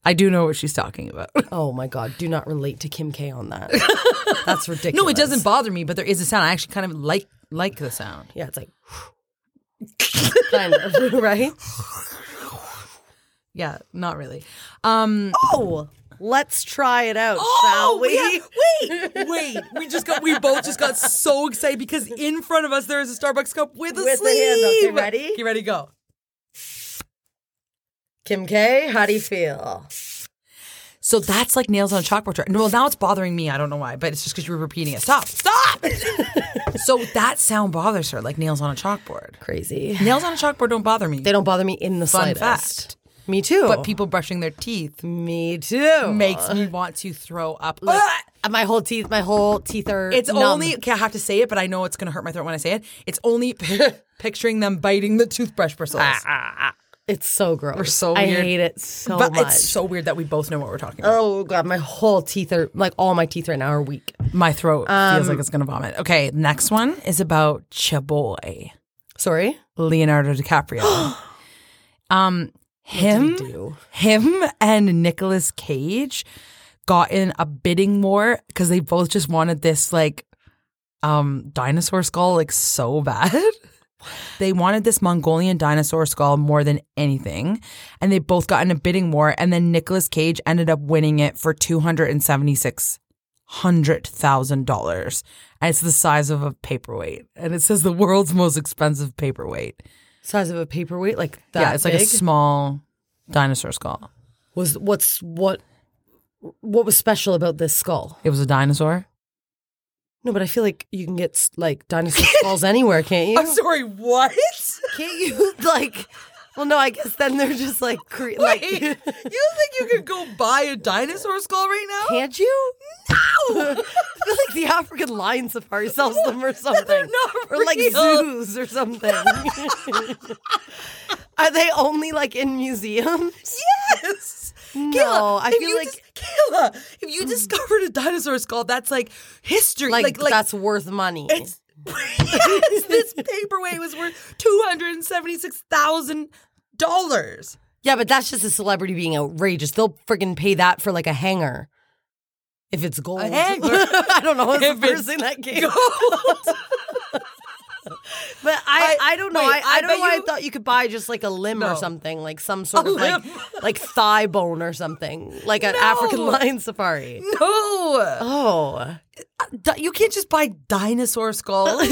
[SPEAKER 2] I do know what she's talking about.
[SPEAKER 3] Oh my God, do not relate to Kim K on that. That's ridiculous.
[SPEAKER 2] no, it doesn't bother me, but there is a sound. I actually kind of like like the sound.
[SPEAKER 3] Yeah, it's like, kind of, right?
[SPEAKER 2] Yeah, not really. Um
[SPEAKER 3] Oh, let's try it out, shall Oh, we?
[SPEAKER 2] Oh, wait, wait. We just got we both just got so excited because in front of us there is a Starbucks cup with a
[SPEAKER 3] With the handle. Okay, sleeve. ready?
[SPEAKER 2] You ready, go.
[SPEAKER 3] Kim K, how do you feel?
[SPEAKER 2] So that's like nails on a chalkboard. chart. Well, now it's bothering me. I don't know why, but it's just because you were repeating it. Stop, stop. so that sound bothers her, like nails on a chalkboard.
[SPEAKER 3] Crazy.
[SPEAKER 2] Nails on a chalkboard don't bother me.
[SPEAKER 3] They don't bother me in the
[SPEAKER 2] Fun
[SPEAKER 3] slightest. Oh.
[SPEAKER 2] fact.
[SPEAKER 3] Me too.
[SPEAKER 2] But people brushing their teeth
[SPEAKER 3] me too.
[SPEAKER 2] makes me want to throw up. Ugh!
[SPEAKER 3] Uh, my whole teeth, my whole teeth are.
[SPEAKER 2] It's
[SPEAKER 3] numb.
[SPEAKER 2] only okay, I have to say it, but I know it's gonna hurt my throat when I say it. It's only picturing them biting the toothbrush bristles.
[SPEAKER 3] Ah, It's so gross. We're
[SPEAKER 2] so
[SPEAKER 3] I
[SPEAKER 2] weird.
[SPEAKER 3] hate it so
[SPEAKER 2] but
[SPEAKER 3] much.
[SPEAKER 2] it's so weird that we both know what we're talking about.
[SPEAKER 3] oh god, my whole teeth are like all my teeth right now are weak.
[SPEAKER 2] My throat feels
[SPEAKER 3] um,
[SPEAKER 2] like it's gonna vomit. Okay, next one is about Chaboy.
[SPEAKER 3] Sorry.
[SPEAKER 2] Leonardo DiCaprio. um, him,
[SPEAKER 3] do?
[SPEAKER 2] him, and Nicolas Cage got in a bidding war because they both just wanted this like um dinosaur skull like so bad. They wanted this Mongolian dinosaur skull more than anything, and they both got in a bidding war. And then Nicolas Cage ended up winning it for two hundred and seventy six hundred thousand dollars, and it's the size of a paperweight. And it says the world's most expensive paperweight.
[SPEAKER 3] Size of a paperweight, like that.
[SPEAKER 2] yeah, it's like a
[SPEAKER 3] big?
[SPEAKER 2] small dinosaur skull.
[SPEAKER 3] was what's what what was special about this skull?
[SPEAKER 2] It was a dinosaur.
[SPEAKER 3] No, but I feel like you can get s- like dinosaur skulls anywhere, can't you?
[SPEAKER 2] sorry, what?
[SPEAKER 3] Can't you like? Well, no, I guess then they're just like cre- like.
[SPEAKER 2] think you could go buy a dinosaur skull right
[SPEAKER 3] Can't you? No. I feel like the African lion safari sells them or something.
[SPEAKER 2] not
[SPEAKER 3] or like
[SPEAKER 2] real.
[SPEAKER 3] zoos or something. Are they only like in museums?
[SPEAKER 2] Yes.
[SPEAKER 3] No, I
[SPEAKER 2] if
[SPEAKER 3] feel
[SPEAKER 2] you
[SPEAKER 3] like-
[SPEAKER 2] dis- Kayla, if you discovered a dinosaur skull, that's like history.
[SPEAKER 3] Like,
[SPEAKER 2] Like, like,
[SPEAKER 3] that's worth money.
[SPEAKER 2] it's yes, this paperweight was worth two hundred and seventy six thousand dollars.
[SPEAKER 3] Yeah, but that's just a celebrity being outrageous. They'll freaking pay that for like a hanger. If it's gold.
[SPEAKER 2] hanger?
[SPEAKER 3] I don't know. It's
[SPEAKER 2] If
[SPEAKER 3] the
[SPEAKER 2] it's
[SPEAKER 3] first thing that came. Oh,
[SPEAKER 2] Gold.
[SPEAKER 3] But I, I, don't know.
[SPEAKER 2] wait,
[SPEAKER 3] I, I,
[SPEAKER 2] I
[SPEAKER 3] don't know
[SPEAKER 2] bet
[SPEAKER 3] why
[SPEAKER 2] you-
[SPEAKER 3] I thought you could buy just like a limb or
[SPEAKER 2] No.
[SPEAKER 3] something, like some sort
[SPEAKER 2] A
[SPEAKER 3] of like,
[SPEAKER 2] limb.
[SPEAKER 3] like thigh bone or something, like an African
[SPEAKER 2] No.
[SPEAKER 3] lion safari.
[SPEAKER 2] no,
[SPEAKER 3] Oh,
[SPEAKER 2] Di- you can't just buy dinosaur skulls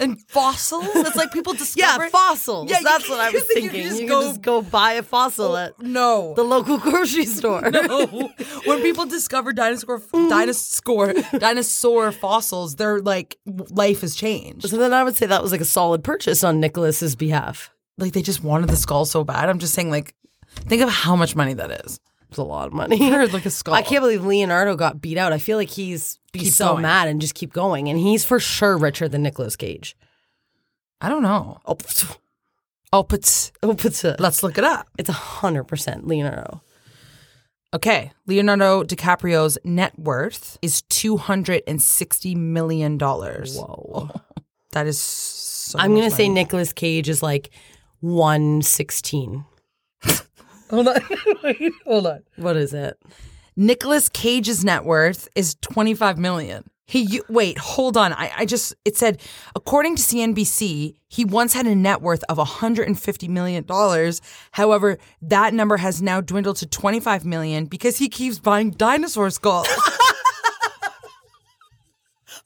[SPEAKER 2] and fossils. It's like people
[SPEAKER 3] yeah,
[SPEAKER 2] discover.
[SPEAKER 3] fossils.
[SPEAKER 2] Yeah, you
[SPEAKER 3] That's
[SPEAKER 2] can-
[SPEAKER 3] what I
[SPEAKER 2] you
[SPEAKER 3] was
[SPEAKER 2] think you
[SPEAKER 3] thinking. You
[SPEAKER 2] can
[SPEAKER 3] can
[SPEAKER 2] just
[SPEAKER 3] just,
[SPEAKER 2] go-
[SPEAKER 3] go buy a fossil at
[SPEAKER 2] no,
[SPEAKER 3] the local grocery store.
[SPEAKER 2] No. when people discover dinosaur dinosaur dinosaur fossils, their like w- life has changed.
[SPEAKER 3] So then I would say that was like a solid purchase on Nicholas's behalf.
[SPEAKER 2] Like they just wanted the skull so bad. I'm just saying, like, think of how much money that is.
[SPEAKER 3] It's a lot of money.
[SPEAKER 2] Or like a skull.
[SPEAKER 3] I can't believe Leonardo got beat out. I feel like he's be
[SPEAKER 2] Keep
[SPEAKER 3] so
[SPEAKER 2] going.
[SPEAKER 3] mad and just keep going. And he's for sure richer than Nicolas Cage.
[SPEAKER 2] I don't know.
[SPEAKER 3] Oh, pfft.
[SPEAKER 2] Oh, but
[SPEAKER 3] oh it's a,
[SPEAKER 2] let's look it up.
[SPEAKER 3] it's a hundred percent Leonardo.
[SPEAKER 2] Okay, Leonardo DiCaprio's net worth is two hundred and sixty million dollars.
[SPEAKER 3] Whoa.
[SPEAKER 2] That is. So
[SPEAKER 3] I'm
[SPEAKER 2] much
[SPEAKER 3] gonna say
[SPEAKER 2] money.
[SPEAKER 3] Nicolas Cage is like one sixteen.
[SPEAKER 2] Hold on. Hold on.
[SPEAKER 3] What is it?
[SPEAKER 2] Nicolas Cage's net worth is 25 million. He u- wait, hold on. I, I just it said according to CNBC, he once had a net worth of 150 million dollars. However, that number has now dwindled to 25 million because he keeps buying dinosaur skulls.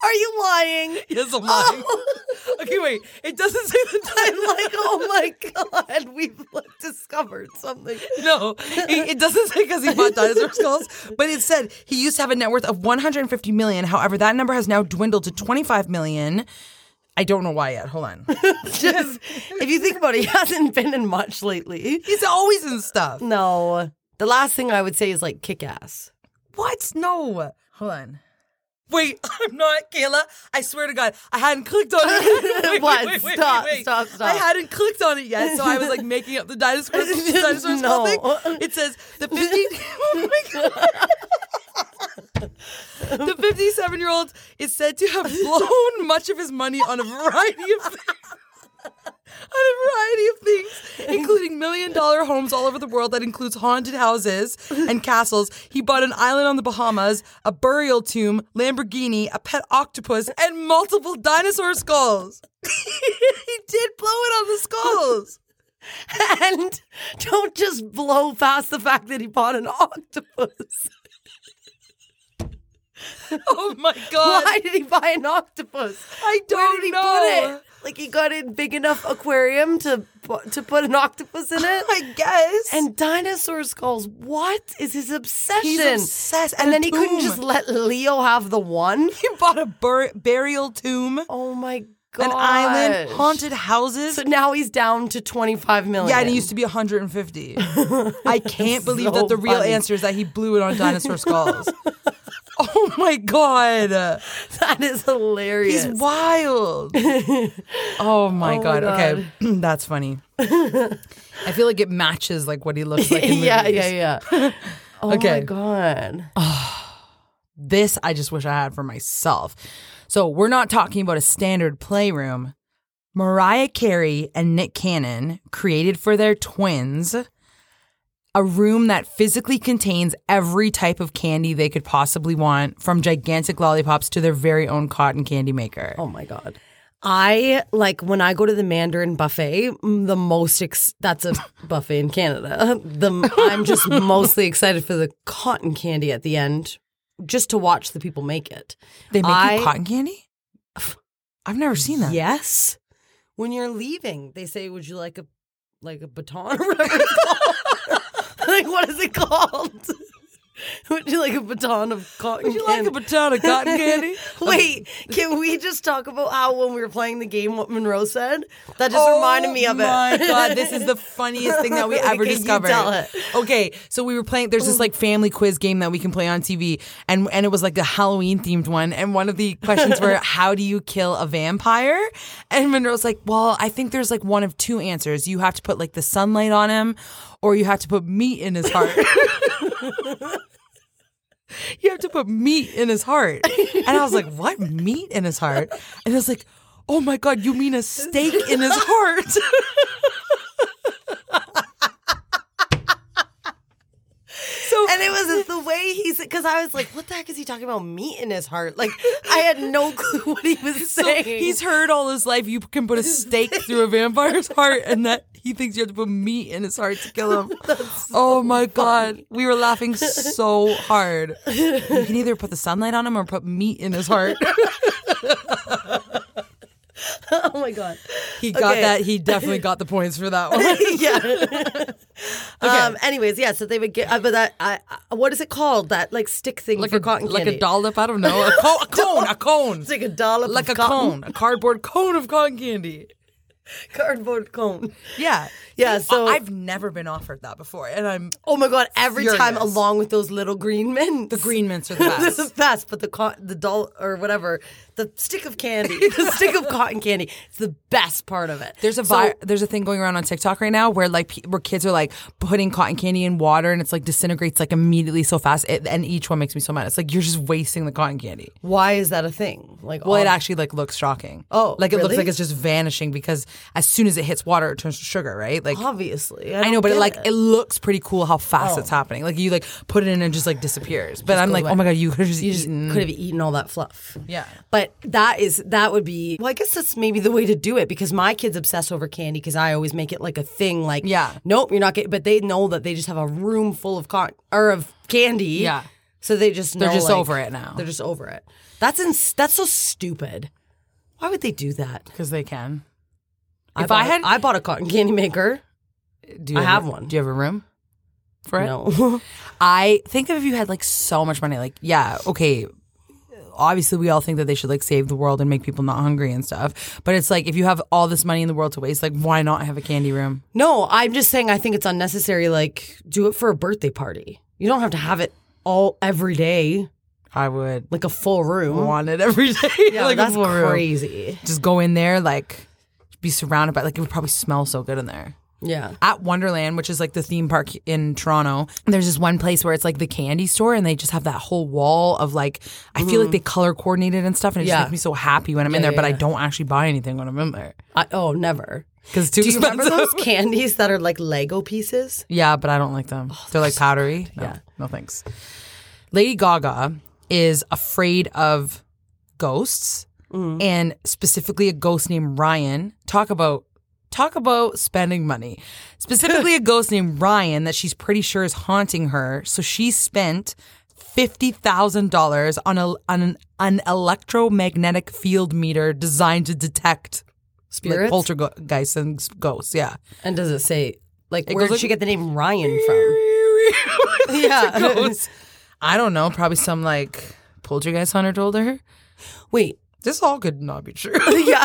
[SPEAKER 3] Are you lying?
[SPEAKER 2] yes, I'm lying. Okay, wait. It doesn't say the
[SPEAKER 3] I'm
[SPEAKER 2] timeline.
[SPEAKER 3] like, oh my god, we've like, discovered something.
[SPEAKER 2] No, it it doesn't say because he bought dinosaur skulls, but it said he used to have a net worth of 150 million. However, that number has now dwindled to 25 million. I don't know why yet. Hold on.
[SPEAKER 3] Just if you think about it, he hasn't been in much lately.
[SPEAKER 2] He's always in stuff.
[SPEAKER 3] No. The last thing I would say is like kick ass.
[SPEAKER 2] What? No. Hold on. Wait, I'm not Kayla. I swear to God, I hadn't clicked on it.
[SPEAKER 3] What? Stop, stop, stop.
[SPEAKER 2] I hadn't clicked on it yet, so I was like making up the dinosaur, dinosaur skull
[SPEAKER 3] No.
[SPEAKER 2] thing. It says the 50. oh my God. The 57 year old is said to have blown much of his money on a variety of things. On a variety of things, including million dollar homes all over the world that includes haunted houses and castles. He bought an island on the Bahamas, a burial tomb, Lamborghini, a pet octopus, and multiple dinosaur skulls. he did blow it on the skulls.
[SPEAKER 3] And don't just blow past the fact that he bought an octopus.
[SPEAKER 2] Oh my god.
[SPEAKER 3] Why did he buy an octopus?
[SPEAKER 2] I
[SPEAKER 3] Where
[SPEAKER 2] don't
[SPEAKER 3] did he
[SPEAKER 2] know.
[SPEAKER 3] put it? Like he got a big enough aquarium to bu- to put an octopus in it.
[SPEAKER 2] I guess.
[SPEAKER 3] and dinosaur skulls. What is his obsession?
[SPEAKER 2] he's obsessed.
[SPEAKER 3] and
[SPEAKER 2] a
[SPEAKER 3] then he couldn't
[SPEAKER 2] tomb.
[SPEAKER 3] just let Leo have the one.
[SPEAKER 2] He bought a bur- burial tomb,
[SPEAKER 3] Oh my god!
[SPEAKER 2] an island, haunted houses.
[SPEAKER 3] So now he's down to twenty five million.
[SPEAKER 2] Oh, yeah, and he used to be 150. I can't believe
[SPEAKER 3] So
[SPEAKER 2] that the real
[SPEAKER 3] funny.
[SPEAKER 2] answer is that he blew it on dinosaur skulls. oh my god,
[SPEAKER 3] That is hilarious.
[SPEAKER 2] he's wild. Oh my, god. Okay, that's funny. I feel like it matches like what he looks like. In
[SPEAKER 3] yeah,
[SPEAKER 2] movies.
[SPEAKER 3] yeah, yeah. Oh my
[SPEAKER 2] Okay.
[SPEAKER 3] god!
[SPEAKER 2] This I just wish I had for myself. So we're not talking about a standard playroom. Mariah Carey and Nick Cannon created for their twins a room that physically contains every type of candy they could possibly want, from gigantic lollipops to their very own cotton candy maker.
[SPEAKER 3] Oh my god! I like when I go to the Mandarin buffet, m- the most ex- that's a buffet in Canada. The I'm just mostly excited for the cotton candy at the end just to watch the people make it.
[SPEAKER 2] They make
[SPEAKER 3] I-
[SPEAKER 2] you cotton candy? I've never seen that.
[SPEAKER 3] Yes. When you're leaving, they say, "Would you like a like a baton or whatever it's called?" like what is it called? Would you like a baton of cotton
[SPEAKER 2] Would you like a
[SPEAKER 3] candy?
[SPEAKER 2] baton of cotton candy?
[SPEAKER 3] Wait, can we just talk about how when we were playing the game, what Monroe said? That just reminded me of it.
[SPEAKER 2] Oh my god, this is the funniest thing that we ever
[SPEAKER 3] Okay, you
[SPEAKER 2] discovered.
[SPEAKER 3] tell it.
[SPEAKER 2] Okay, so we were playing. There's this like family quiz game that we can play on TV, and and it was like a Halloween themed one. And one of the questions were, "How do you kill a vampire?" And Monroe's like, "Well, I think there's like one of two answers. You have to put like the sunlight on him, or you have to put meat in his heart." you have to put meat in his heart. And I was like, what meat in his heart? And I was like, oh my God, you mean a steak in his heart? so
[SPEAKER 3] And it was the way he said, because I was like, what the heck is he talking about meat in his heart? Like, I had no clue what he was
[SPEAKER 2] so
[SPEAKER 3] saying.
[SPEAKER 2] he's heard all his life you can put a stake through a vampire's heart and that he thinks you have to put meat in his heart to kill him. oh my god. We were laughing so hard. You can either put the sunlight on him or put meat in his heart.
[SPEAKER 3] oh my God.
[SPEAKER 2] He got
[SPEAKER 3] Okay.
[SPEAKER 2] that. He definitely got the points for that one.
[SPEAKER 3] yeah. Um, anyways, yeah, so they would get, uh, but that, I, I, what is it called? That like stick thing for cotton
[SPEAKER 2] like
[SPEAKER 3] candy.
[SPEAKER 2] a dollop. I don't know, a, co- a cone, a cone,
[SPEAKER 3] It's like a dollop.
[SPEAKER 2] like a
[SPEAKER 3] of cotton-
[SPEAKER 2] cone, a cardboard cone of cotton candy.
[SPEAKER 3] Cardboard cone.
[SPEAKER 2] Yeah,
[SPEAKER 3] Yeah, so-
[SPEAKER 2] I- I've never been offered that before, and I'm
[SPEAKER 3] Oh my God. Every time
[SPEAKER 2] Furious.
[SPEAKER 3] along with those little green mints.
[SPEAKER 2] the green mints are the
[SPEAKER 3] This is
[SPEAKER 2] best.
[SPEAKER 3] best, but the co- the doll or whatever, the stick of candy, the stick of cotton candy, it's the best part of it.
[SPEAKER 2] There's a
[SPEAKER 3] So-
[SPEAKER 2] vi- there's a thing going around on TikTok right now where like pe- where kids are like putting cotton candy in water and it's like disintegrates like immediately so fast it, and each one makes me so mad. It's like you're just wasting the cotton candy.
[SPEAKER 3] Why is that a thing? Like,
[SPEAKER 2] Well, it
[SPEAKER 3] all-
[SPEAKER 2] actually like looks shocking.
[SPEAKER 3] Oh,
[SPEAKER 2] like it looks
[SPEAKER 3] really?
[SPEAKER 2] like it's just vanishing because as soon as it hits water, it turns to sugar, right? Like
[SPEAKER 3] obviously,
[SPEAKER 2] I know,
[SPEAKER 3] Oh, don't
[SPEAKER 2] but
[SPEAKER 3] get
[SPEAKER 2] like
[SPEAKER 3] it. Oh.
[SPEAKER 2] it looks pretty cool how fast it's happening. Like you like put it in and it just like disappears. But I'm like,
[SPEAKER 3] away.
[SPEAKER 2] oh my god, you could have just
[SPEAKER 3] you just
[SPEAKER 2] eaten.
[SPEAKER 3] could have eaten all that fluff.
[SPEAKER 2] Yeah.
[SPEAKER 3] But that is that would be well, I guess that's maybe the way to do it because my kids obsess over candy because I always make it like a thing, like
[SPEAKER 2] Yeah.
[SPEAKER 3] nope, you're not getting but they know that they just have a room full of cotton or of candy.
[SPEAKER 2] Yeah.
[SPEAKER 3] So they just
[SPEAKER 2] They're
[SPEAKER 3] know,
[SPEAKER 2] just
[SPEAKER 3] like,
[SPEAKER 2] over it now.
[SPEAKER 3] They're just over it. That's ins- that's so stupid. Why would they do that?
[SPEAKER 2] because they can.
[SPEAKER 3] I
[SPEAKER 2] If
[SPEAKER 3] bought,
[SPEAKER 2] I had-
[SPEAKER 3] I bought a cotton candy maker.
[SPEAKER 2] Do you
[SPEAKER 3] I have
[SPEAKER 2] a-
[SPEAKER 3] one.
[SPEAKER 2] Do you have a room for it?
[SPEAKER 3] No.
[SPEAKER 2] I think if you had like so much money, like yeah, okay. Obviously, we all think that they should like save the world and make people not hungry and stuff. But it's like if you have all this money in the world to waste, like why not have a candy room?
[SPEAKER 3] No, I'm just saying I think it's unnecessary. Like, do it for a birthday party. You don't have to have it all every day,
[SPEAKER 2] I would
[SPEAKER 3] like a full room.
[SPEAKER 2] want it every day.
[SPEAKER 3] Yeah,
[SPEAKER 2] like a
[SPEAKER 3] that's
[SPEAKER 2] full room.
[SPEAKER 3] crazy.
[SPEAKER 2] Just go in there, like be surrounded by like it would probably smell so good in there.
[SPEAKER 3] Yeah.
[SPEAKER 2] at Wonderland, which is like the theme park in Toronto, there's this one place where it's like the candy store and they just have that whole wall of like, I feel like they color coordinated and stuff. And it
[SPEAKER 3] Mm. Yeah.
[SPEAKER 2] just makes me so happy when I'm in there, but I don't actually buy anything when I'm in there
[SPEAKER 3] I, oh, never.
[SPEAKER 2] because it's too
[SPEAKER 3] Do you
[SPEAKER 2] expensive.
[SPEAKER 3] remember those candies that are like Lego pieces?
[SPEAKER 2] Yeah, but I don't like them. they're like powdery. No, no thanks. Lady Gaga is afraid of ghosts and specifically a ghost named Ryan. Talk about talk about spending money. Specifically a ghost named Ryan that she's pretty sure is haunting her. So she spent $50,000 on a on an, an electromagnetic field meter designed to detect
[SPEAKER 3] Spirits?
[SPEAKER 2] like poltergeists and s- ghosts. Yeah.
[SPEAKER 3] And does it say, like,
[SPEAKER 2] It
[SPEAKER 3] where
[SPEAKER 2] goes
[SPEAKER 3] did
[SPEAKER 2] like-
[SPEAKER 3] she get the name Ryan from?
[SPEAKER 2] yeah. I don't know. Probably some like poltergeist hunter told her.
[SPEAKER 3] Wait.
[SPEAKER 2] This all could not be true.
[SPEAKER 3] Yeah.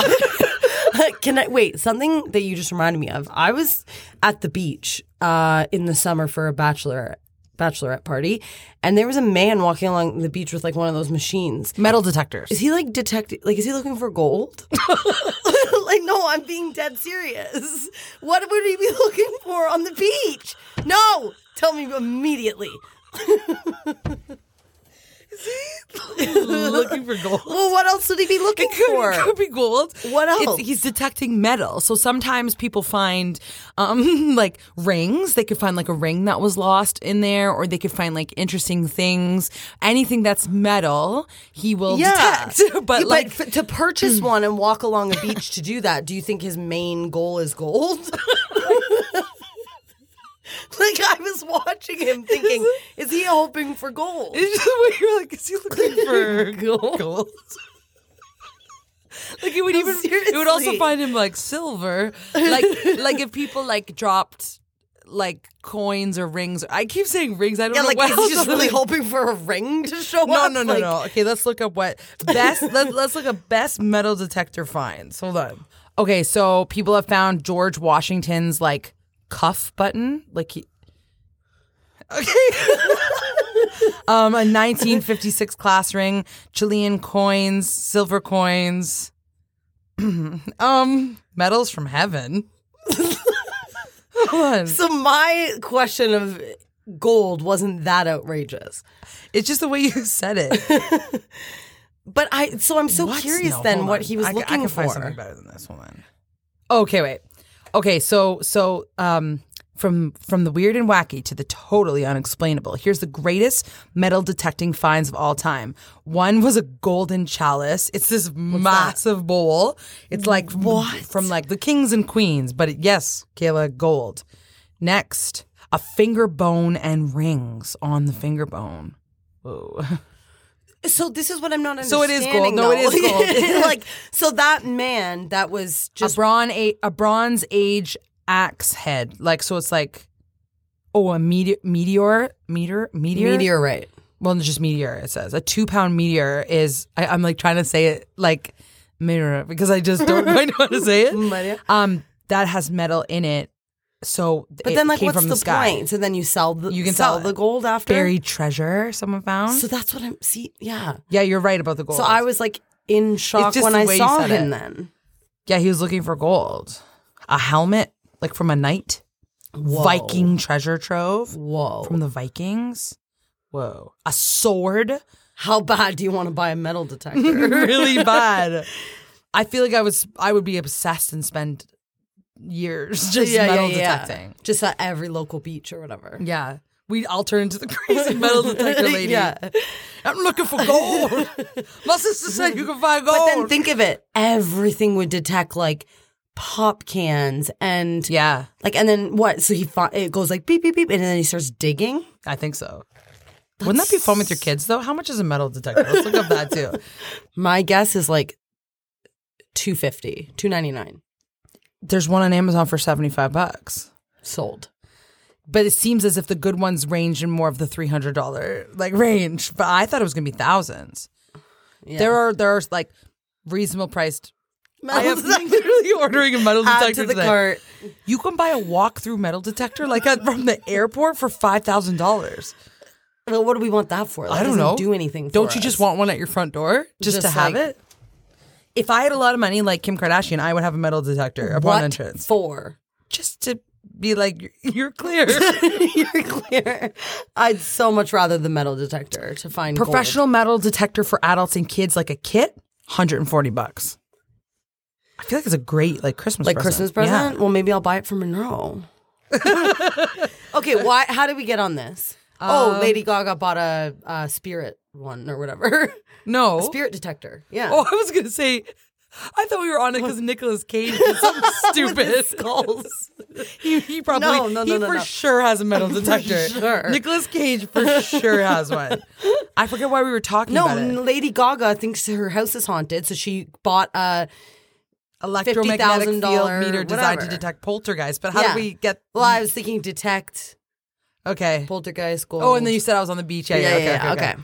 [SPEAKER 3] Can I wait? Something that you just reminded me of. I was at the beach uh, in the summer for a bachelor bachelorette party, and there was a man walking along the beach with like one of those machines.
[SPEAKER 2] Metal detectors.
[SPEAKER 3] Is he like detecting? Like, is he looking for gold? like, no, I'm being dead serious. What would he be looking for on the beach? No, tell me immediately.
[SPEAKER 2] is he looking for gold?
[SPEAKER 3] Well, what else would he be looking
[SPEAKER 2] It could,
[SPEAKER 3] for?
[SPEAKER 2] it could be gold.
[SPEAKER 3] What
[SPEAKER 2] It's-
[SPEAKER 3] else?
[SPEAKER 2] he's detecting metal. So sometimes people find um, like rings. They could find like a ring that was lost in there, or they could find like interesting things. Anything that's metal, he will detect. but
[SPEAKER 3] Yeah, Hmm.
[SPEAKER 2] like,
[SPEAKER 3] f- to purchase one and walk along a beach to do that, do you think his main goal is gold? like I was watching him thinking, is he hoping for gold?
[SPEAKER 2] it's just the way you're like, is he looking for gold? Like it would even it would also
[SPEAKER 3] seriously.
[SPEAKER 2] find him like silver. Like like if people like dropped like coins or rings. I keep saying rings. I don't
[SPEAKER 3] Yeah,
[SPEAKER 2] know
[SPEAKER 3] like
[SPEAKER 2] what
[SPEAKER 3] is
[SPEAKER 2] else
[SPEAKER 3] he just really
[SPEAKER 2] other-
[SPEAKER 3] hoping for a ring to show
[SPEAKER 2] No,
[SPEAKER 3] up?
[SPEAKER 2] no, no,
[SPEAKER 3] Like,
[SPEAKER 2] no. Okay, let's look up what best. let's, let's look up best metal detector finds. Hold on. Okay, so people have found George Washington's like cuff button, like he. Okay. um, a 1956 class ring, Chilean coins, silver coins, um, medals from heaven. Hold on.
[SPEAKER 3] So my question of gold wasn't that outrageous.
[SPEAKER 2] It's just the way you said it.
[SPEAKER 3] But I so I'm so
[SPEAKER 2] What's-
[SPEAKER 3] curious
[SPEAKER 2] no,
[SPEAKER 3] then
[SPEAKER 2] hold
[SPEAKER 3] what
[SPEAKER 2] on.
[SPEAKER 3] he was
[SPEAKER 2] I, ca-
[SPEAKER 3] looking
[SPEAKER 2] I can
[SPEAKER 3] for.
[SPEAKER 2] Find something better than this. Hold on. Okay, wait. Okay, so so um, from from the weird and wacky to the totally unexplainable. Here's the greatest metal detecting finds of all time. One was a golden chalice. It's this massive bowl. It's like what from like the kings and queens, but it, yes, Kayla, gold. Next, a finger bone and rings on the finger bone. Whoa.
[SPEAKER 3] So this is what I'm not
[SPEAKER 2] So
[SPEAKER 3] understanding.
[SPEAKER 2] it is gold. No, it is
[SPEAKER 3] though.
[SPEAKER 2] gold.
[SPEAKER 3] like so that man that was
[SPEAKER 2] a
[SPEAKER 3] just
[SPEAKER 2] bronze a, a bronze age axe head. Like so, it's like oh a meteor meteor meteor meteor
[SPEAKER 3] meteorite.
[SPEAKER 2] Well, it's just meteor. It says a two pound meteor is. I, I'm like trying to say it like meteor because I just don't quite know how to say
[SPEAKER 3] Meteor.
[SPEAKER 2] it. Um, that has metal in it. So
[SPEAKER 3] But
[SPEAKER 2] it
[SPEAKER 3] then like
[SPEAKER 2] came
[SPEAKER 3] what's
[SPEAKER 2] from
[SPEAKER 3] the,
[SPEAKER 2] the, sky.
[SPEAKER 3] point? So then you sell the
[SPEAKER 2] You can
[SPEAKER 3] sell,
[SPEAKER 2] sell
[SPEAKER 3] the
[SPEAKER 2] it.
[SPEAKER 3] gold after.
[SPEAKER 2] Buried treasure someone found.
[SPEAKER 3] So that's what I'm see yeah.
[SPEAKER 2] yeah, you're right about the gold.
[SPEAKER 3] So I was like in shock
[SPEAKER 2] just
[SPEAKER 3] when
[SPEAKER 2] the
[SPEAKER 3] I
[SPEAKER 2] way you
[SPEAKER 3] saw
[SPEAKER 2] said
[SPEAKER 3] him
[SPEAKER 2] it.
[SPEAKER 3] then.
[SPEAKER 2] Yeah, he was looking for gold. A helmet, like from a knight. Viking treasure trove.
[SPEAKER 3] Whoa.
[SPEAKER 2] From the Vikings. Whoa. A sword.
[SPEAKER 3] How bad do you want to buy a metal detector?
[SPEAKER 2] really bad. I feel like I was I would be obsessed and spend years just metal detecting.
[SPEAKER 3] Just at every local beach or whatever.
[SPEAKER 2] Yeah. We'd all turn into the crazy metal detector lady.
[SPEAKER 3] Yeah.
[SPEAKER 2] I'm looking for gold. My sister said you can find gold.
[SPEAKER 3] But then think of it. Everything would detect like pop cans and
[SPEAKER 2] yeah,
[SPEAKER 3] like and then what? So he fi- it goes like beep beep beep and then he starts digging.
[SPEAKER 2] I think so. Wouldn't that be fun with your kids though? How much is a metal detector? Let's look up that too.
[SPEAKER 3] My guess is like 250, 299
[SPEAKER 2] there's one on Amazon for 75 bucks.
[SPEAKER 3] sold.
[SPEAKER 2] But it seems as if the good ones range in more of the $300 like range, but I thought it was going to be thousands. There are there are like reasonable priced I am literally ordering a metal detector
[SPEAKER 3] Add to the
[SPEAKER 2] today.
[SPEAKER 3] cart.
[SPEAKER 2] You can buy a walk-through metal detector like at, from the airport for five thousand dollars.
[SPEAKER 3] Well, what do we want that for? That
[SPEAKER 2] I don't
[SPEAKER 3] doesn't
[SPEAKER 2] know.
[SPEAKER 3] Do anything?
[SPEAKER 2] Don't
[SPEAKER 3] for
[SPEAKER 2] you just
[SPEAKER 3] us.
[SPEAKER 2] want one at your front door just,
[SPEAKER 3] Just
[SPEAKER 2] to have
[SPEAKER 3] like-
[SPEAKER 2] it? If I had a lot of money like Kim Kardashian, I would have a metal detector upon
[SPEAKER 3] what
[SPEAKER 2] entrance
[SPEAKER 3] for?
[SPEAKER 2] just to be like "You're- you're clear.
[SPEAKER 3] You're clear. I'd so much rather the metal detector to find gold.
[SPEAKER 2] Professional metal detector for adults and kids, like a kit, 140 bucks. I feel like it's a great like Christmas
[SPEAKER 3] like
[SPEAKER 2] present.
[SPEAKER 3] Christmas
[SPEAKER 2] Yeah.
[SPEAKER 3] present. Well, maybe I'll buy it for Monroe. okay, why? How did we get on this?
[SPEAKER 2] Um,
[SPEAKER 3] oh, Lady Gaga bought a, uh spirit one or whatever,
[SPEAKER 2] No.
[SPEAKER 3] spirit detector. Yeah,
[SPEAKER 2] Oh, I was gonna say. I thought we were on it because Nicolas Cage did something stupid. Skulls. he, he probably
[SPEAKER 3] No, no, no,
[SPEAKER 2] he
[SPEAKER 3] no,
[SPEAKER 2] for
[SPEAKER 3] no.
[SPEAKER 2] sure has a metal detector.
[SPEAKER 3] sure.
[SPEAKER 2] Nicolas Cage for sure has one. I forget why we were talking
[SPEAKER 3] no,
[SPEAKER 2] about it.
[SPEAKER 3] Lady Gaga thinks her house is haunted, so she bought a.
[SPEAKER 2] Electromagnetic field
[SPEAKER 3] $50,000
[SPEAKER 2] meter designed to
[SPEAKER 3] whatever.
[SPEAKER 2] detect poltergeist. But how
[SPEAKER 3] Yeah.
[SPEAKER 2] do we get?
[SPEAKER 3] Well, I was thinking detect
[SPEAKER 2] Okay.
[SPEAKER 3] poltergeist gold.
[SPEAKER 2] Oh, and then you said I was on the beach. Yeah, yeah,
[SPEAKER 3] yeah,
[SPEAKER 2] okay,
[SPEAKER 3] yeah,
[SPEAKER 2] okay, okay.
[SPEAKER 3] okay.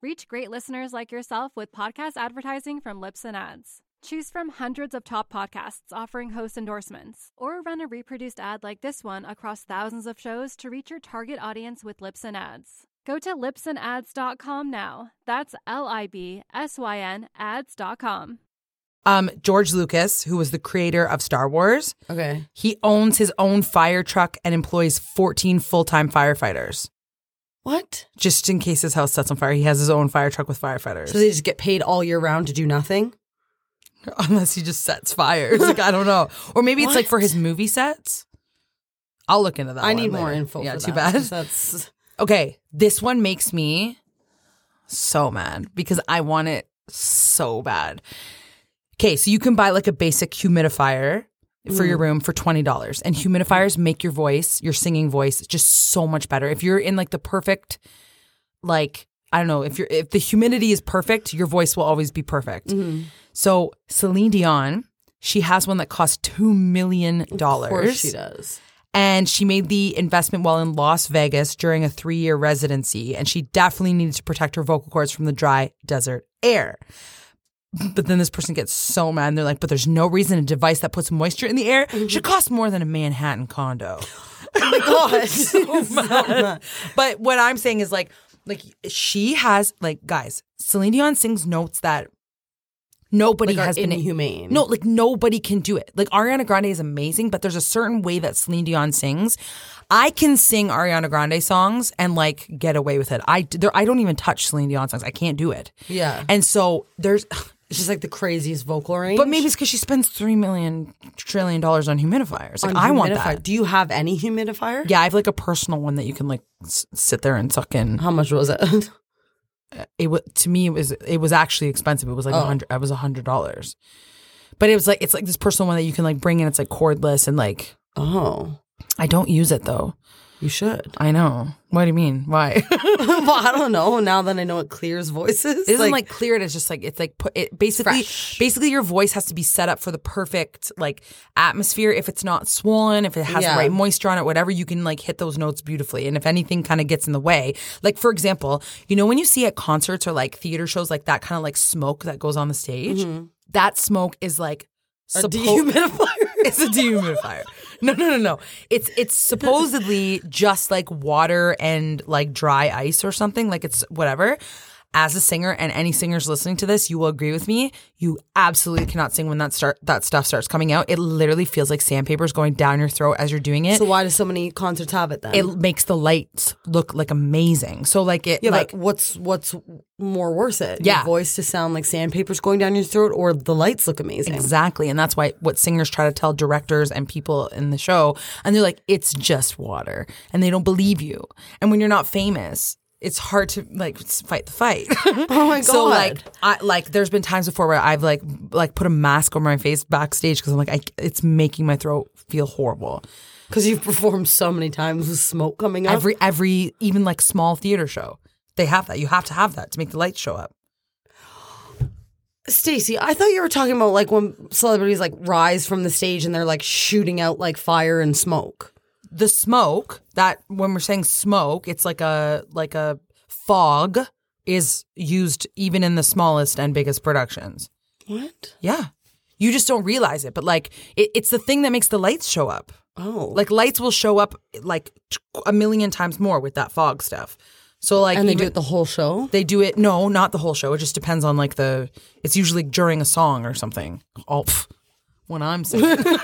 [SPEAKER 4] Reach great listeners like yourself with podcast advertising from Lips and Ads. Choose from hundreds of top podcasts offering host endorsements, or run a reproduced ad like this one across thousands of shows to reach your target audience with Lips and Ads. Go to lipsandads.com now. That's L I B S Y N ads.com.
[SPEAKER 2] Um, George Lucas, who was the creator of Star Wars,
[SPEAKER 3] Okay.
[SPEAKER 2] he owns his own fire truck and employs 14 full time firefighters.
[SPEAKER 3] What?
[SPEAKER 2] Just in case his house sets on fire, he has his own fire truck with firefighters.
[SPEAKER 3] So they just get paid all year round to do nothing?
[SPEAKER 2] Unless he just sets fires. Like, I don't know. Or maybe it's like for his movie sets. I'll look into that.
[SPEAKER 3] I
[SPEAKER 2] one
[SPEAKER 3] need more
[SPEAKER 2] later.
[SPEAKER 3] info.
[SPEAKER 2] Yeah,
[SPEAKER 3] for
[SPEAKER 2] too
[SPEAKER 3] that,
[SPEAKER 2] bad.
[SPEAKER 3] 'cause That's
[SPEAKER 2] Okay, this one makes me so mad because I want it so bad. Okay, so you can buy like a basic humidifier
[SPEAKER 3] Mm.
[SPEAKER 2] for your room for $20 and humidifiers make your voice, your singing voice just so much better. If you're in like the perfect like I don't know, if you're if the humidity is perfect, your voice will always be perfect.
[SPEAKER 3] Mm-hmm.
[SPEAKER 2] So Celine Dion, she has one that costs 2 million
[SPEAKER 3] of
[SPEAKER 2] dollars
[SPEAKER 3] course she does.
[SPEAKER 2] and she made the investment while in Las Vegas during a three year residency. And she definitely needed to protect her vocal cords from the dry desert air. But then this person gets so mad and they're like, but there's no reason a device that puts moisture in the air should cost more than a Manhattan condo.
[SPEAKER 3] Oh God. So mad.
[SPEAKER 2] But what I'm saying is like, like she has like guys, Celine Dion sings notes that nobody
[SPEAKER 3] Like are
[SPEAKER 2] has been
[SPEAKER 3] inhumane.
[SPEAKER 2] No, like nobody can do it. Like Ariana Grande is amazing, but there's a certain way that Celine Dion sings. I can sing Ariana Grande songs and like get away with it. I there, I don't even touch Celine Dion songs. I can't do it.
[SPEAKER 3] Yeah.
[SPEAKER 2] And so there's,
[SPEAKER 3] It's just like the craziest vocal range.
[SPEAKER 2] but maybe it's because she spends three million trillion dollars on humidifiers. Like
[SPEAKER 3] On
[SPEAKER 2] I want
[SPEAKER 3] humidifier-
[SPEAKER 2] that.
[SPEAKER 3] Do you have any humidifier?
[SPEAKER 2] Yeah, I have like a personal one that you can like s- sit there and suck in.
[SPEAKER 3] How much was it?
[SPEAKER 2] it was to me it was it was actually expensive. It was like a
[SPEAKER 3] Oh.
[SPEAKER 2] hundred. I was a hundred dollars, but it was like it's like this personal one that you can like bring in. It's like cordless and like
[SPEAKER 3] oh,
[SPEAKER 2] I don't use it though.
[SPEAKER 3] you should.
[SPEAKER 2] I know. What do you mean? Why?
[SPEAKER 3] well, I don't know. Now that I know it clears voices,
[SPEAKER 2] it isn't like, cleared. It's just like it's like put it basically
[SPEAKER 3] Fresh.
[SPEAKER 2] basically your voice has to be set up for the perfect like atmosphere. If it's not swollen, if it has
[SPEAKER 3] Yeah.
[SPEAKER 2] the right moisture on it, whatever, you can like hit those notes beautifully. And if anything kind of gets in the way, like for example, you know when you see at concerts or like theater shows like that kind of like smoke that goes on the stage,
[SPEAKER 3] Mm-hmm.
[SPEAKER 2] that smoke is like.
[SPEAKER 3] a
[SPEAKER 2] suppo-
[SPEAKER 3] dehumidifier.
[SPEAKER 2] It's a dehumidifier. No, no, no, no. It's it's supposedly just like water and like dry ice or something. Like it's whatever. As a singer and any singers listening to this, you will agree with me. You absolutely cannot sing when that start that stuff starts coming out. It literally feels like sandpaper is going down your throat as you're doing it.
[SPEAKER 3] so why do so many concerts have it then?
[SPEAKER 2] it makes the lights look like amazing. So like it
[SPEAKER 3] yeah,
[SPEAKER 2] like
[SPEAKER 3] like what's what's more worth it?
[SPEAKER 2] Yeah.
[SPEAKER 3] your voice to sound like sandpaper's going down your throat, or the lights look amazing.
[SPEAKER 2] Exactly. And that's why what singers try to tell directors and people in the show. And they're like, it's just water. And they don't believe you. And when you're not famous, it's hard to like s- fight the fight.
[SPEAKER 3] Oh my god!
[SPEAKER 2] So like, I like there's been times before where I've like like put a mask over my face backstage because I'm like, I, it's making my throat feel horrible.
[SPEAKER 3] because you've performed so many times with smoke coming up.
[SPEAKER 2] Every every even like small theater show, they have that. You have to have that to make the lights show up.
[SPEAKER 3] Stacey, I thought you were talking about like when celebrities like rise from the stage and they're like shooting out like fire and smoke.
[SPEAKER 2] the smoke that when we're saying smoke it's like a like a fog is used even in the smallest and biggest productions
[SPEAKER 3] What?
[SPEAKER 2] yeah you just don't realize it but like it, it's the thing that makes the lights show up
[SPEAKER 3] Oh,
[SPEAKER 2] like lights will show up like t- a million times more with that fog stuff so like
[SPEAKER 3] and they do
[SPEAKER 2] even-
[SPEAKER 3] it the whole show.
[SPEAKER 2] they do it no not the whole show it just depends on like the it's usually during a song or something oh pff, when i'm saying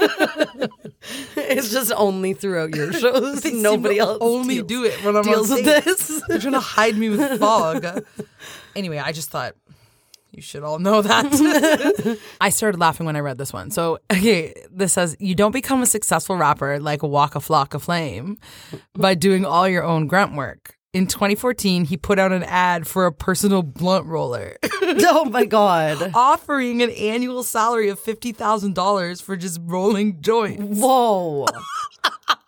[SPEAKER 3] It's just only throughout your shows. Nobody else
[SPEAKER 2] only
[SPEAKER 3] deals,
[SPEAKER 2] do it when i'm
[SPEAKER 3] deals
[SPEAKER 2] on
[SPEAKER 3] with
[SPEAKER 2] stage.
[SPEAKER 3] this.
[SPEAKER 2] They're trying to hide me with fog. anyway, I just thought you should all know that. I started laughing when I read this one. So, okay, this says you don't become a successful rapper like a walk a flock of flame by doing all your own grunt work. In 2014, he put out an ad for a personal blunt roller,
[SPEAKER 3] oh my god!
[SPEAKER 2] offering an annual salary of $50,000 for just rolling joints.
[SPEAKER 3] Whoa!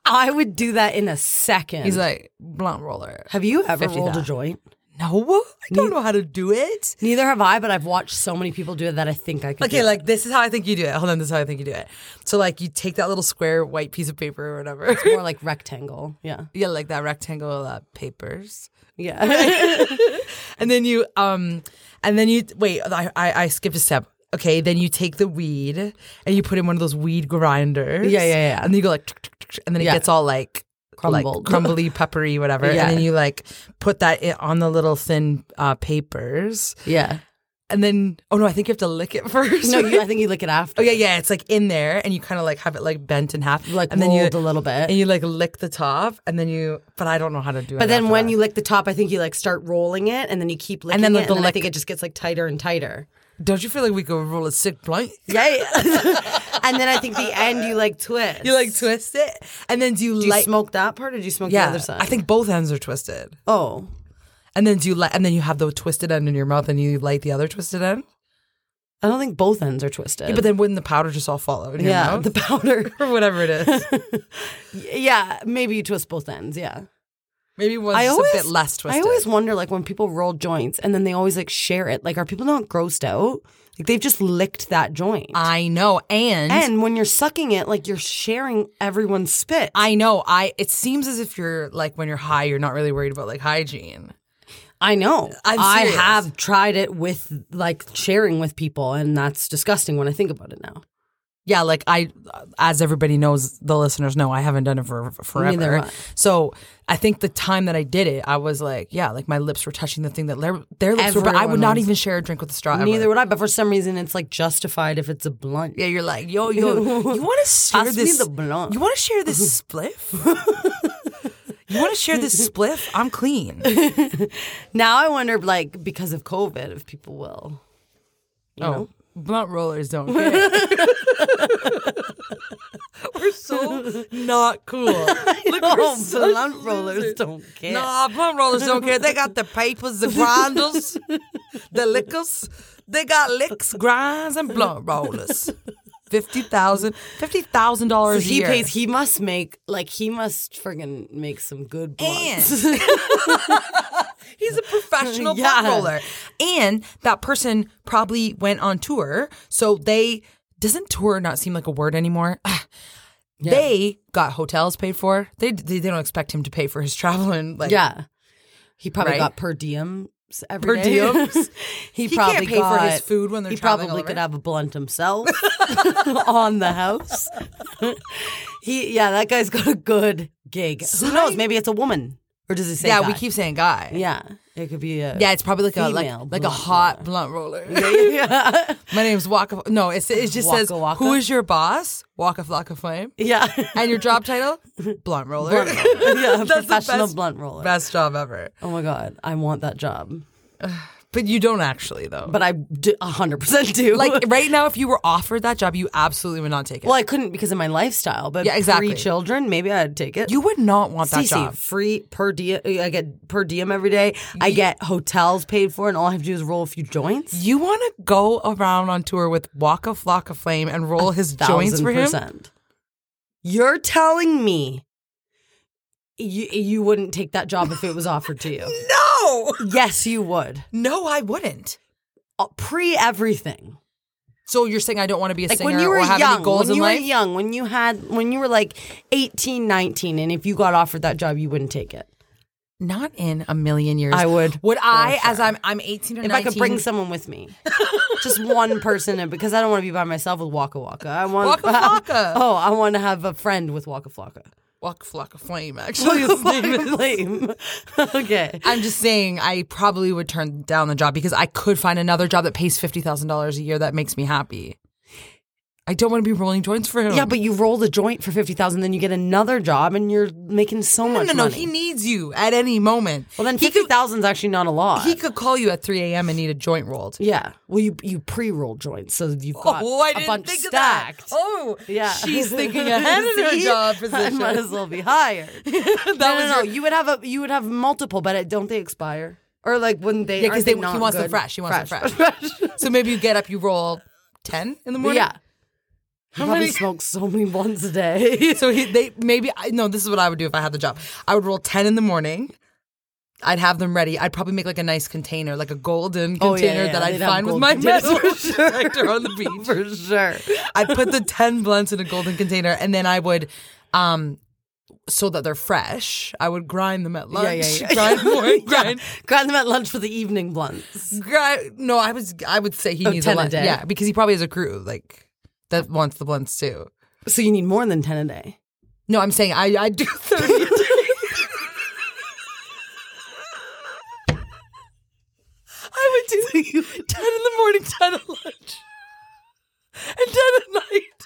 [SPEAKER 3] I would do that in a second.
[SPEAKER 2] He's like, blunt roller.
[SPEAKER 3] "Have you ever rolled a
[SPEAKER 2] 50,000.
[SPEAKER 3] joint?"
[SPEAKER 2] No, I don't know how to do it.
[SPEAKER 3] Neither have I, but I've watched so many people do it that I think I could.
[SPEAKER 2] Okay,
[SPEAKER 3] do it.
[SPEAKER 2] like this is how I think you do it. Hold on, this is how I think you do it. So like you take that little square white piece of paper or whatever.
[SPEAKER 3] more like rectangle. Yeah,
[SPEAKER 2] yeah, like that rectangle uh, papers.
[SPEAKER 3] yeah.
[SPEAKER 2] And then you um and then you wait, I, I I skipped a step. Okay, then you take the weed and you put in one of those weed grinders.
[SPEAKER 3] Yeah, yeah, yeah.
[SPEAKER 2] And then you go like tsk, tsk, tsk, and then it
[SPEAKER 3] Yeah.
[SPEAKER 2] gets all like like,
[SPEAKER 3] Crumbled.
[SPEAKER 2] crumbly, peppery, whatever.
[SPEAKER 3] Yeah.
[SPEAKER 2] And then you like put that i on the little thin uh, papers.
[SPEAKER 3] yeah.
[SPEAKER 2] And then oh no, I think you have to lick it first.
[SPEAKER 3] No, you, I think you lick it after.
[SPEAKER 2] Oh yeah, yeah. It's like in there, and you kind of like have it like bent in half,
[SPEAKER 3] Like
[SPEAKER 2] and then you
[SPEAKER 3] rolled a little bit.
[SPEAKER 2] and you like lick the top, and then you. But I don't know how to do it.
[SPEAKER 3] But then
[SPEAKER 2] after
[SPEAKER 3] when
[SPEAKER 2] that.
[SPEAKER 3] you lick the top, I think you like start rolling it, and then you keep licking
[SPEAKER 2] then
[SPEAKER 3] it,
[SPEAKER 2] with the
[SPEAKER 3] and then I
[SPEAKER 2] lick-
[SPEAKER 3] think it just gets like tighter and tighter.
[SPEAKER 2] don't you feel like we could roll a sick blunt?
[SPEAKER 3] Yeah. and then I think the end you like twist.
[SPEAKER 2] You like twist it, and then do you
[SPEAKER 3] Do you
[SPEAKER 2] like
[SPEAKER 3] smoke that part, or do you smoke
[SPEAKER 2] yeah?
[SPEAKER 3] the other side?
[SPEAKER 2] I think both ends are twisted,
[SPEAKER 3] Oh,
[SPEAKER 2] and then do you like and then you have the twisted end in your mouth, and you light the other twisted end.
[SPEAKER 3] I don't think both ends are twisted.
[SPEAKER 2] But then wouldn't the powder just all fall out? in your
[SPEAKER 3] yeah,
[SPEAKER 2] mouth?
[SPEAKER 3] the powder.
[SPEAKER 2] or whatever it is.
[SPEAKER 3] yeah, maybe you twist both ends. Yeah.
[SPEAKER 2] Maybe one's
[SPEAKER 3] I
[SPEAKER 2] just
[SPEAKER 3] always
[SPEAKER 2] a bit less twisted.
[SPEAKER 3] I always wonder, like when people roll joints and then they always like share it. Like, are people not grossed out? Like they've just licked that joint.
[SPEAKER 2] I know,
[SPEAKER 3] and when you're sucking it, like you're sharing everyone's spit.
[SPEAKER 2] I know. I it seems as if you're like when you're high, you're not really worried about like hygiene.
[SPEAKER 3] I know.
[SPEAKER 2] I'm
[SPEAKER 3] I
[SPEAKER 2] serious.
[SPEAKER 3] have tried it with like sharing with people, and that's disgusting when I think about it now.
[SPEAKER 2] Yeah, like I, as everybody knows, the listeners know, I haven't done it for
[SPEAKER 3] Neither
[SPEAKER 2] forever.
[SPEAKER 3] have I.
[SPEAKER 2] So I think the time that I did it, I was like, yeah, like my lips were touching the thing that their, their lips were. But I would
[SPEAKER 3] Everyone
[SPEAKER 2] not
[SPEAKER 3] was.
[SPEAKER 2] even share a drink with a straw. ever.
[SPEAKER 3] Neither would I, but for some reason, it's like justified if it's a blunt.
[SPEAKER 2] Yeah, you're like, yo, yo, you want to share
[SPEAKER 3] Pass me
[SPEAKER 2] this?
[SPEAKER 3] the blunt.
[SPEAKER 2] You want to share this spliff? you want to share this spliff? I'm clean.
[SPEAKER 3] Now I wonder, like, because of COVID, if people will.
[SPEAKER 2] Oh, blunt rollers don't care. We're so not cool. Like, we're
[SPEAKER 3] Oh,
[SPEAKER 2] so
[SPEAKER 3] blunt rollers
[SPEAKER 2] losers.
[SPEAKER 3] don't care.
[SPEAKER 2] Nah, blunt rollers don't care. They got the papers, the grinders, the lickers. They got licks, grinds, and blunt rollers. Fifty thousand, fifty thousand
[SPEAKER 3] So
[SPEAKER 2] dollars a
[SPEAKER 3] he
[SPEAKER 2] year.
[SPEAKER 3] pays. He must make like he must friggin' make some good blunts.
[SPEAKER 2] He's a professional
[SPEAKER 3] Yeah.
[SPEAKER 2] blunt roller, and that person probably went on tour, so they doesn't tour not seem like a word anymore. They got hotels paid for. They, they they don't expect him to pay for his travel and like
[SPEAKER 3] yeah, he probably
[SPEAKER 2] Right?
[SPEAKER 3] got per diem every
[SPEAKER 2] Per
[SPEAKER 3] day.
[SPEAKER 2] diems?
[SPEAKER 3] he,
[SPEAKER 2] He
[SPEAKER 3] probably
[SPEAKER 2] can't pay for his
[SPEAKER 3] got-
[SPEAKER 2] food when they're
[SPEAKER 3] He
[SPEAKER 2] traveling
[SPEAKER 3] probably
[SPEAKER 2] all
[SPEAKER 3] could
[SPEAKER 2] over.
[SPEAKER 3] have a blunt himself on the house. he yeah, that guy's got a good gig. Who knows? Maybe it's a woman, or does it say?
[SPEAKER 2] yeah.
[SPEAKER 3] guy?
[SPEAKER 2] We keep saying guy.
[SPEAKER 3] Yeah, it could be a
[SPEAKER 2] Yeah, it's probably like a
[SPEAKER 3] Female
[SPEAKER 2] like, like a
[SPEAKER 3] blunt
[SPEAKER 2] hot blunt roller. My name's Waka. No, it's, it just
[SPEAKER 3] Waka
[SPEAKER 2] says
[SPEAKER 3] Waka?
[SPEAKER 2] who is your boss? Waka Flocka Flame.
[SPEAKER 3] yeah.
[SPEAKER 2] And your job title? Blunt roller.
[SPEAKER 3] Blunt roller. Yeah, professional
[SPEAKER 2] best-
[SPEAKER 3] blunt roller.
[SPEAKER 2] Best job ever.
[SPEAKER 3] Oh my god, I want that job,
[SPEAKER 2] But you don't actually though.
[SPEAKER 3] but I d- a hundred percent do.
[SPEAKER 2] like right now, if you were offered that job, you absolutely would not take it.
[SPEAKER 3] well, I couldn't because of my lifestyle, but
[SPEAKER 2] Yeah, exactly.
[SPEAKER 3] Free children, maybe I'd take it.
[SPEAKER 2] you would not want that
[SPEAKER 3] Cece,
[SPEAKER 2] job.
[SPEAKER 3] free per diem. I get per diem every day. I get hotels paid for, and all I have to do is roll a few joints.
[SPEAKER 2] You want to go around on tour with Waka Flocka Flame and roll his joints
[SPEAKER 3] Thousand
[SPEAKER 2] for him?
[SPEAKER 3] percent. You're telling me you you wouldn't take that job if it was offered to you?
[SPEAKER 2] No,
[SPEAKER 3] yes, you would.
[SPEAKER 2] no, I wouldn't.
[SPEAKER 3] Uh, Pre everything.
[SPEAKER 2] So you're saying I don't want to be a
[SPEAKER 3] like
[SPEAKER 2] singer
[SPEAKER 3] when you were
[SPEAKER 2] or have
[SPEAKER 3] young,
[SPEAKER 2] any goals
[SPEAKER 3] when
[SPEAKER 2] in
[SPEAKER 3] you
[SPEAKER 2] life?
[SPEAKER 3] were young, when you had, when you were like 18, 19, and if you got offered that job, you wouldn't take it.
[SPEAKER 2] Not in a million years.
[SPEAKER 3] I would,
[SPEAKER 2] Would
[SPEAKER 3] for
[SPEAKER 2] I,
[SPEAKER 3] sure.
[SPEAKER 2] as I'm, I'm 18 or
[SPEAKER 3] If
[SPEAKER 2] 19.
[SPEAKER 3] I could bring someone with me, just one person, and because I don't want to be by myself with Waka Waka. I want
[SPEAKER 2] Waka Flocka.
[SPEAKER 3] Oh, I want to have a friend with Waka Flocka.
[SPEAKER 2] Waka Flocka Flame, actually. his name is.
[SPEAKER 3] Lame. okay.
[SPEAKER 2] I'm just saying, I probably would turn down the job because I could find another job that pays fifty thousand dollars a year that makes me happy. I don't want to be rolling joints for him.
[SPEAKER 3] Yeah, but you roll the joint for fifty thousand, then you get another job, and you're making so
[SPEAKER 2] no,
[SPEAKER 3] much
[SPEAKER 2] no, no.
[SPEAKER 3] money.
[SPEAKER 2] He needs you at any moment.
[SPEAKER 3] well, then
[SPEAKER 2] he
[SPEAKER 3] fifty
[SPEAKER 2] could,
[SPEAKER 3] thousand is actually not a lot.
[SPEAKER 2] he could call you at three a.m. and need a joint rolled.
[SPEAKER 3] yeah. Well, you you pre-roll joints, so you've got
[SPEAKER 2] Oh, I
[SPEAKER 3] a
[SPEAKER 2] didn't
[SPEAKER 3] bunch
[SPEAKER 2] think
[SPEAKER 3] stacked.
[SPEAKER 2] of that. Oh,
[SPEAKER 3] Yeah.
[SPEAKER 2] she's thinking ahead of her
[SPEAKER 3] See?
[SPEAKER 2] job
[SPEAKER 3] I
[SPEAKER 2] position.
[SPEAKER 3] might as well be hired.
[SPEAKER 2] that
[SPEAKER 3] no, no,
[SPEAKER 2] was
[SPEAKER 3] no.
[SPEAKER 2] your-
[SPEAKER 3] You would have a you would have multiple, but it- don't they expire? Or like wouldn't they?
[SPEAKER 2] Yeah,
[SPEAKER 3] aren't
[SPEAKER 2] because they,
[SPEAKER 3] they not
[SPEAKER 2] he wants them
[SPEAKER 3] good?
[SPEAKER 2] fresh. He wants them fresh. so maybe you get up, you roll ten in the morning.
[SPEAKER 3] yeah.
[SPEAKER 2] How
[SPEAKER 3] I probably
[SPEAKER 2] many-
[SPEAKER 3] smoke so many ones a day.
[SPEAKER 2] So he, they maybe I no. This is what I would do if I had the job. I would roll ten in the morning, I'd have them ready. I'd probably make like a nice container, like a golden
[SPEAKER 3] Oh, yeah,
[SPEAKER 2] container
[SPEAKER 3] yeah,
[SPEAKER 2] that
[SPEAKER 3] they'd
[SPEAKER 2] I'd
[SPEAKER 3] have
[SPEAKER 2] find with
[SPEAKER 3] gold
[SPEAKER 2] my
[SPEAKER 3] dinners.
[SPEAKER 2] metal detector on the beach.
[SPEAKER 3] for sure.
[SPEAKER 2] I'd put the 10 blunts in a golden container and then I would um so that they're fresh, I would grind them at lunch.
[SPEAKER 3] Yeah, yeah, yeah.
[SPEAKER 2] Grind more, grind,
[SPEAKER 3] Grab them at lunch for the evening blunts.
[SPEAKER 2] grind. No, I was. I would say he
[SPEAKER 3] Oh,
[SPEAKER 2] needs
[SPEAKER 3] 10
[SPEAKER 2] a
[SPEAKER 3] a
[SPEAKER 2] lunch.
[SPEAKER 3] day.
[SPEAKER 2] Yeah, because he probably has a crew like that wants the blunts too.
[SPEAKER 3] So you need more than 10 a day.
[SPEAKER 2] No, I'm saying I I do thirty. a day. I would do ten in the morning, ten at lunch, and ten at night.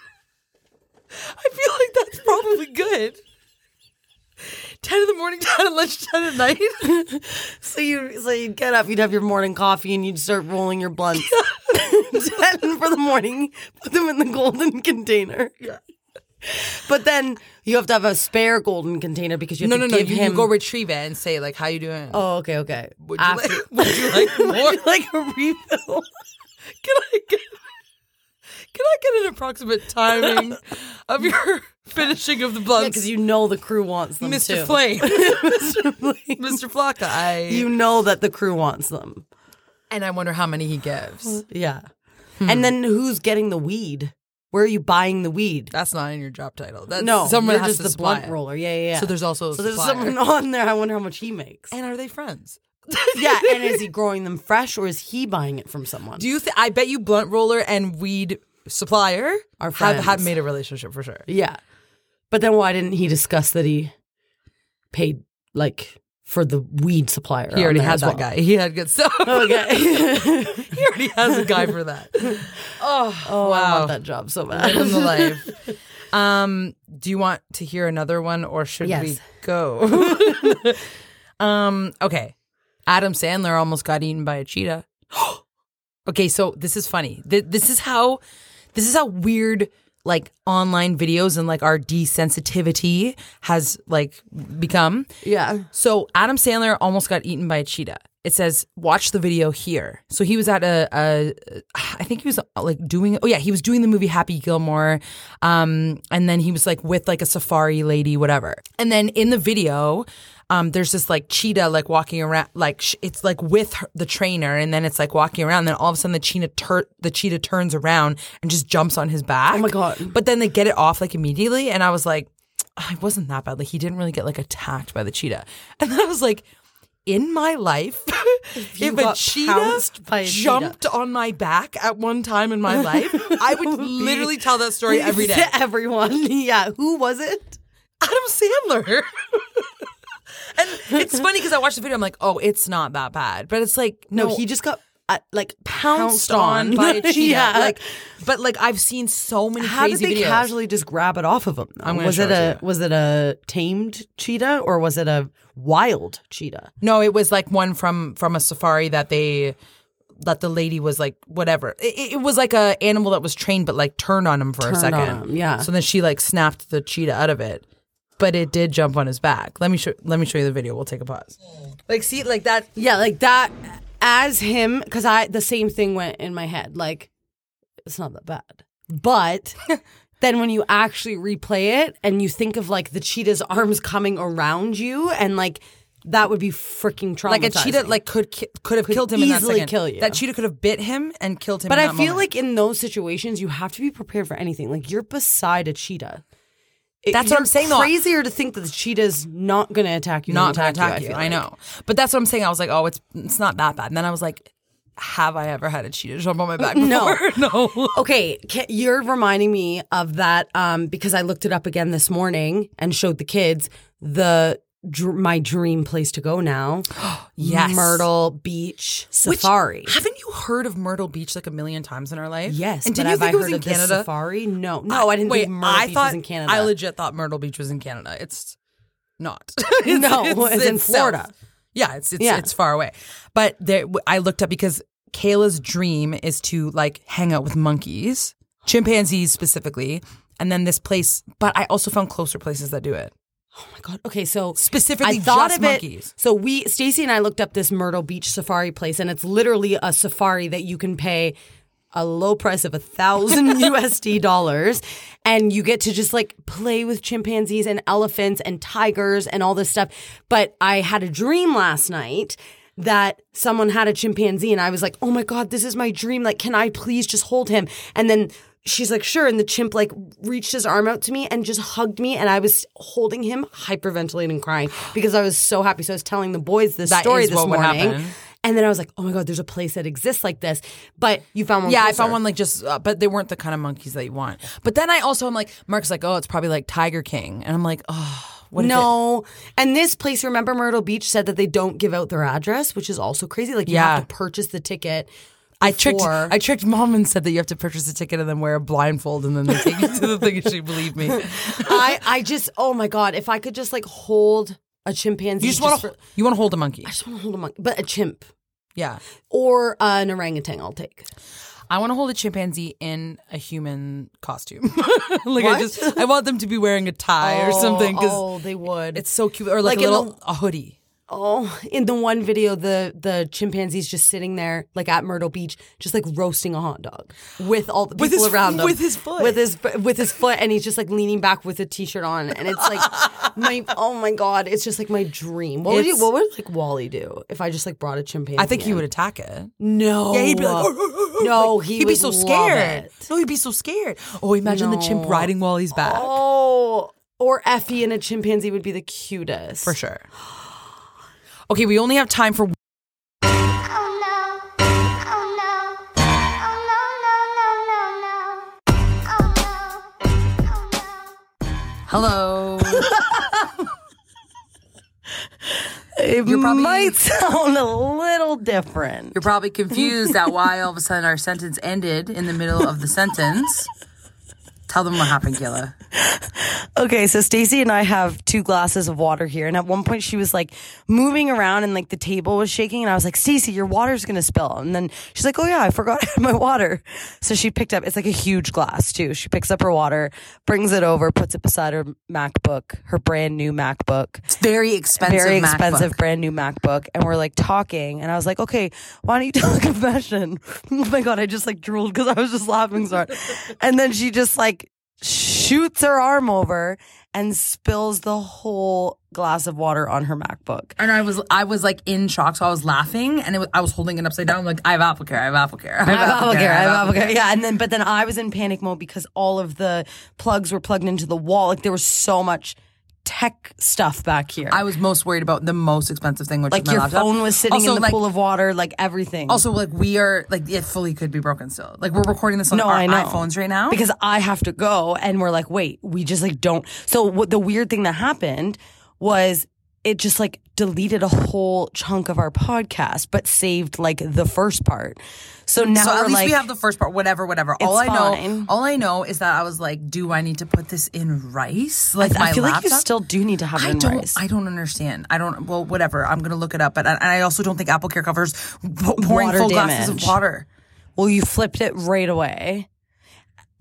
[SPEAKER 2] I feel like that's probably good. Ten in the morning, ten at lunch, ten at night.
[SPEAKER 3] So you so you'd get up, you'd have your morning coffee, and you'd start rolling your blunts. Ten for the morning, put them in the golden container. Yeah. But then you have to have a spare golden container because you have
[SPEAKER 2] No, no,
[SPEAKER 3] to
[SPEAKER 2] no.
[SPEAKER 3] give
[SPEAKER 2] You,
[SPEAKER 3] him.
[SPEAKER 2] you go retrieve it and say like, "How you doing?
[SPEAKER 3] oh, okay, okay.
[SPEAKER 2] would, you like, would you like more?
[SPEAKER 3] like a refill.
[SPEAKER 2] Can I get Can I get an approximate timing of your finishing of the blunts?
[SPEAKER 3] Because you know the crew wants them
[SPEAKER 2] Mr.
[SPEAKER 3] too.
[SPEAKER 2] Flame,
[SPEAKER 3] Mr. Flake.
[SPEAKER 2] Mr. Flocka, I
[SPEAKER 3] You know that the crew wants them.
[SPEAKER 2] and I wonder how many he gives.
[SPEAKER 3] Yeah.
[SPEAKER 2] Hmm.
[SPEAKER 3] And then who's getting the weed? Where are you buying the weed?
[SPEAKER 2] That's not in your job title. That's
[SPEAKER 3] no,
[SPEAKER 2] someone
[SPEAKER 3] you're
[SPEAKER 2] has
[SPEAKER 3] just
[SPEAKER 2] to
[SPEAKER 3] the
[SPEAKER 2] supply
[SPEAKER 3] blunt
[SPEAKER 2] it.
[SPEAKER 3] roller. Yeah, yeah. yeah.
[SPEAKER 2] So there's also a
[SPEAKER 3] so there's
[SPEAKER 2] supplier.
[SPEAKER 3] someone on there. I wonder how much he makes.
[SPEAKER 2] And are they friends?
[SPEAKER 3] yeah, and is he growing them fresh or is he buying it from someone?
[SPEAKER 2] Do you? Th- I bet you blunt roller and weed supplier
[SPEAKER 3] Are
[SPEAKER 2] have, have
[SPEAKER 3] friends.
[SPEAKER 2] made a relationship for sure.
[SPEAKER 3] yeah, but then why didn't he discuss that he paid like for the weed supplier?
[SPEAKER 2] He
[SPEAKER 3] on
[SPEAKER 2] already
[SPEAKER 3] there
[SPEAKER 2] has
[SPEAKER 3] as
[SPEAKER 2] that
[SPEAKER 3] well?
[SPEAKER 2] guy. He had good stuff.
[SPEAKER 3] Okay.
[SPEAKER 2] he already has a guy for that.
[SPEAKER 3] oh, I
[SPEAKER 2] Wow.
[SPEAKER 3] want that job so
[SPEAKER 2] in the
[SPEAKER 3] bad.
[SPEAKER 2] life. Um, do you want to hear another one or should we
[SPEAKER 3] Yes.
[SPEAKER 2] go? um, okay. Adam Sandler almost got eaten by a cheetah. okay, so this is funny. Th- this is how this is how weird like online videos and like our desensitivity has like become.
[SPEAKER 3] yeah.
[SPEAKER 2] So Adam Sandler almost got eaten by a cheetah. It says, "Watch the video here." So he was at a, a I think he was like doing. Oh yeah, he was doing the movie Happy Gilmore, um, and then he was like with like a safari lady, whatever. And then in the video, um, there's this like cheetah like walking around, like sh- it's like with her, the trainer, and then it's like walking around. then all of a sudden, the cheetah tur- the cheetah turns around and just jumps on his back.
[SPEAKER 3] Oh my God.
[SPEAKER 2] But then they get it off like immediately, and I was like, I wasn't that bad. Like he didn't really get like attacked by the cheetah. And then I was like, in my life, if,
[SPEAKER 3] you
[SPEAKER 2] a
[SPEAKER 3] got
[SPEAKER 2] cheetah
[SPEAKER 3] pounced by a cheetah.
[SPEAKER 2] jumped on my back at one time in my life, I would literally tell that story every day.
[SPEAKER 3] To everyone. Yeah. Who was it?
[SPEAKER 2] Adam Sandler. and it's funny because I watched the video, I'm like, oh, it's not that bad. But it's like, no,
[SPEAKER 3] No, he just got uh, like
[SPEAKER 2] pounced on by a cheetah.
[SPEAKER 3] yeah.
[SPEAKER 2] Like, but like I've seen so many
[SPEAKER 3] How did
[SPEAKER 2] crazy
[SPEAKER 3] they
[SPEAKER 2] videos.
[SPEAKER 3] casually just grab it off of him? Though?
[SPEAKER 2] I'm gonna
[SPEAKER 3] was
[SPEAKER 2] show
[SPEAKER 3] it
[SPEAKER 2] it to
[SPEAKER 3] a was it a tamed cheetah or was it a wild cheetah?
[SPEAKER 2] No, it was like one from from a safari that they that the lady was like whatever. It- It, it was like a animal that was trained, but like turned on him for a
[SPEAKER 3] Turned
[SPEAKER 2] second.
[SPEAKER 3] on him, yeah.
[SPEAKER 2] So then she like snapped the cheetah out of it, but it did jump on his back. Let me show. Let me show you the video. We'll take a pause. Like see, like that.
[SPEAKER 3] Yeah, like that as him because I the same thing went in my head. Like it's not that bad, but. Then when you actually replay it and you think of like the cheetah's arms coming around you and like that would be freaking traumatizing.
[SPEAKER 2] Like a cheetah, like could ki- could have killed him. in that
[SPEAKER 3] easily
[SPEAKER 2] second.
[SPEAKER 3] kill you.
[SPEAKER 2] That cheetah could have bit him and killed him.
[SPEAKER 3] But
[SPEAKER 2] in
[SPEAKER 3] I
[SPEAKER 2] that
[SPEAKER 3] feel
[SPEAKER 2] moment.
[SPEAKER 3] like in those situations, you have to be prepared for anything. Like you're beside a cheetah. It-
[SPEAKER 2] That's what I'm
[SPEAKER 3] you're
[SPEAKER 2] saying, though.
[SPEAKER 3] Crazier to think that the cheetah's not going to attack you. than
[SPEAKER 2] not gonna
[SPEAKER 3] attack,
[SPEAKER 2] attack you.
[SPEAKER 3] feel
[SPEAKER 2] I,
[SPEAKER 3] like.
[SPEAKER 2] know, but that's what I'm saying. I was like, oh, it's it's not that bad. And then I was like, have I ever had a cheetah jump on my back?
[SPEAKER 3] No.
[SPEAKER 2] Before? No, no.
[SPEAKER 3] Okay, ca- you're reminding me of that um, because I looked it up again this morning and showed the kids the dr- my dream place to go now.
[SPEAKER 2] Yes.
[SPEAKER 3] Myrtle Beach
[SPEAKER 2] Which-
[SPEAKER 3] Safari.
[SPEAKER 2] haven't you heard of Myrtle Beach like a million times in our life?
[SPEAKER 3] yes,
[SPEAKER 2] And
[SPEAKER 3] but
[SPEAKER 2] didn't you
[SPEAKER 3] have
[SPEAKER 2] think
[SPEAKER 3] I
[SPEAKER 2] it was
[SPEAKER 3] heard
[SPEAKER 2] in
[SPEAKER 3] of this
[SPEAKER 2] Canada?
[SPEAKER 3] Safari? No, no, I, didn't
[SPEAKER 2] Wait,
[SPEAKER 3] think Myrtle
[SPEAKER 2] I
[SPEAKER 3] Beach
[SPEAKER 2] thought,
[SPEAKER 3] was in Canada.
[SPEAKER 2] I legit thought Myrtle Beach was in Canada. It's not.
[SPEAKER 3] No, it's in
[SPEAKER 2] south.
[SPEAKER 3] Florida.
[SPEAKER 2] Yeah, it's it's,
[SPEAKER 3] Yeah.
[SPEAKER 2] it's far away. But there, w- I looked up because Kayla's dream is to like hang out with monkeys, chimpanzees specifically, and then this place. But I also found closer places that do it.
[SPEAKER 3] Oh my god. Okay, so
[SPEAKER 2] Specifically
[SPEAKER 3] I thought
[SPEAKER 2] just
[SPEAKER 3] of it-
[SPEAKER 2] monkeys.
[SPEAKER 3] So we Stacy and I looked up this Myrtle Beach safari place and it's literally a safari that you can pay a low price of a thousand USD dollars, and you get to just like play with chimpanzees and elephants and tigers and all this stuff. But I had a dream last night that someone had a chimpanzee, and I was like, oh my God, this is my dream. Like, can I please just hold him? And then she's like, sure. And the chimp like reached his arm out to me and just hugged me. And I was holding him, hyperventilating and crying because I was so happy. So I was telling the boys this
[SPEAKER 2] That
[SPEAKER 3] story
[SPEAKER 2] is
[SPEAKER 3] this
[SPEAKER 2] what would
[SPEAKER 3] morning.
[SPEAKER 2] happen.
[SPEAKER 3] And then I was like, oh my God, there's a place that exists like this. But you found one.
[SPEAKER 2] Yeah, I
[SPEAKER 3] closer.
[SPEAKER 2] found one like just, uh, but they weren't the kind of monkeys that you want. But then I also, I'm like, Mark's like, oh, it's probably like Tiger King. And I'm like, oh, what if it-
[SPEAKER 3] no. And this place, remember Myrtle Beach said that they don't give out their address, which is also crazy. Like you
[SPEAKER 2] Yeah.
[SPEAKER 3] have to purchase the ticket.
[SPEAKER 2] I tricked,
[SPEAKER 3] before-
[SPEAKER 2] I tricked mom and said that you have to purchase a ticket and then wear a blindfold and then they take you to the thing and she believed me.
[SPEAKER 3] I, I just, oh my God, if I could just like hold a chimpanzee.
[SPEAKER 2] You just want
[SPEAKER 3] for-
[SPEAKER 2] to, you want to hold a monkey.
[SPEAKER 3] I just want to hold a monkey, but a chimp
[SPEAKER 2] Yeah.
[SPEAKER 3] or an orangutan, I'll take.
[SPEAKER 2] I want to hold a chimpanzee in a human costume. like I just, I want them to be wearing a tie or something because
[SPEAKER 3] Oh, they would.
[SPEAKER 2] it's so cute or like,
[SPEAKER 3] Like
[SPEAKER 2] a
[SPEAKER 3] in
[SPEAKER 2] little a hoodie.
[SPEAKER 3] Oh, in the one video, the the chimpanzee's just sitting there, like at Myrtle Beach, just like roasting a hot dog with all the people
[SPEAKER 2] With his-
[SPEAKER 3] around him,
[SPEAKER 2] with his foot.
[SPEAKER 3] with his with his foot, and he's just like leaning back with a t-shirt on, and it's like my oh my god, it's just like my dream. What would you,
[SPEAKER 2] It's-
[SPEAKER 3] what would like Wally do if I just like brought a chimpanzee?
[SPEAKER 2] I think he
[SPEAKER 3] in?
[SPEAKER 2] would attack it.
[SPEAKER 3] No,
[SPEAKER 2] Yeah, he'd be like, "Oh,
[SPEAKER 3] no,
[SPEAKER 2] Like,
[SPEAKER 3] he
[SPEAKER 2] he'd be
[SPEAKER 3] would
[SPEAKER 2] so
[SPEAKER 3] love
[SPEAKER 2] scared.
[SPEAKER 3] it.
[SPEAKER 2] No, he'd be so scared. Oh, imagine the chimp
[SPEAKER 3] No.
[SPEAKER 2] riding while he's back.
[SPEAKER 3] Oh, or Effie and a chimpanzee would be the cutest
[SPEAKER 2] For sure. Okay, we only have time for
[SPEAKER 6] Oh no. Oh no. Oh no, no, no, no, no. Oh no. Oh no.
[SPEAKER 2] hello.
[SPEAKER 3] It
[SPEAKER 2] You're probably- might
[SPEAKER 3] sound a little different.
[SPEAKER 2] You're probably confused at why all of a sudden our sentence ended in the middle of the sentence. Tell them what happened, Kayla.
[SPEAKER 3] Okay, so Stacy and I have two glasses of water here, and at one point she was like moving around, and like the table was shaking, and I was like, "Stacy, your water's gonna spill." And then she's like, "Oh yeah, I forgot I had my water." So she picked up. It's like a huge glass too. She picks up her water, brings it over, puts it beside her MacBook, her brand new MacBook.
[SPEAKER 2] It's very expensive.
[SPEAKER 3] very
[SPEAKER 2] MacBook.
[SPEAKER 3] expensive brand new MacBook, and we're like talking, and I was like, okay, why don't you tell a confession? oh my god, I just like drooled because I was just laughing so hard, and then she just like shoots her arm over and spills the whole glass of water on her MacBook.
[SPEAKER 2] And I was, I was like in shock, so I was laughing, and it was, I was holding it upside down. like, I have Apple Care, I have Apple Care, I have Apple Care,
[SPEAKER 3] I have Avocare. Yeah, and then but then I was in panic mode because all of the plugs were plugged into the wall. Like there was so much tech stuff back here.
[SPEAKER 2] I was most worried about the most expensive thing, which
[SPEAKER 3] like
[SPEAKER 2] was my
[SPEAKER 3] your
[SPEAKER 2] laptop.
[SPEAKER 3] phone was sitting
[SPEAKER 2] also,
[SPEAKER 3] in the
[SPEAKER 2] like,
[SPEAKER 3] pool of water, like everything.
[SPEAKER 2] Also, like we are, like it fully could be broken still. Like we're recording this on
[SPEAKER 3] no,
[SPEAKER 2] our
[SPEAKER 3] I know.
[SPEAKER 2] iPhones right now
[SPEAKER 3] because I have to go, and we're like, wait, we just like don't. So what the weird thing that happened was it just like deleted a whole chunk of our podcast, but saved like the first part. So now
[SPEAKER 2] So at
[SPEAKER 3] we're
[SPEAKER 2] least
[SPEAKER 3] like,
[SPEAKER 2] we have the first part, whatever, whatever. all I
[SPEAKER 3] It's
[SPEAKER 2] know,
[SPEAKER 3] fine.
[SPEAKER 2] all I know is that I was like, do I need to put this in rice? Like
[SPEAKER 3] I
[SPEAKER 2] my
[SPEAKER 3] feel
[SPEAKER 2] laptop?
[SPEAKER 3] like you still do need to have
[SPEAKER 2] I
[SPEAKER 3] it in
[SPEAKER 2] don't.
[SPEAKER 3] rice.
[SPEAKER 2] I don't understand. I don't. Well, whatever. I'm gonna look it up, but I, and I also don't think Apple Care covers po- pouring
[SPEAKER 3] Water
[SPEAKER 2] full glasses of
[SPEAKER 3] damage.
[SPEAKER 2] water.
[SPEAKER 3] well, you flipped it right away.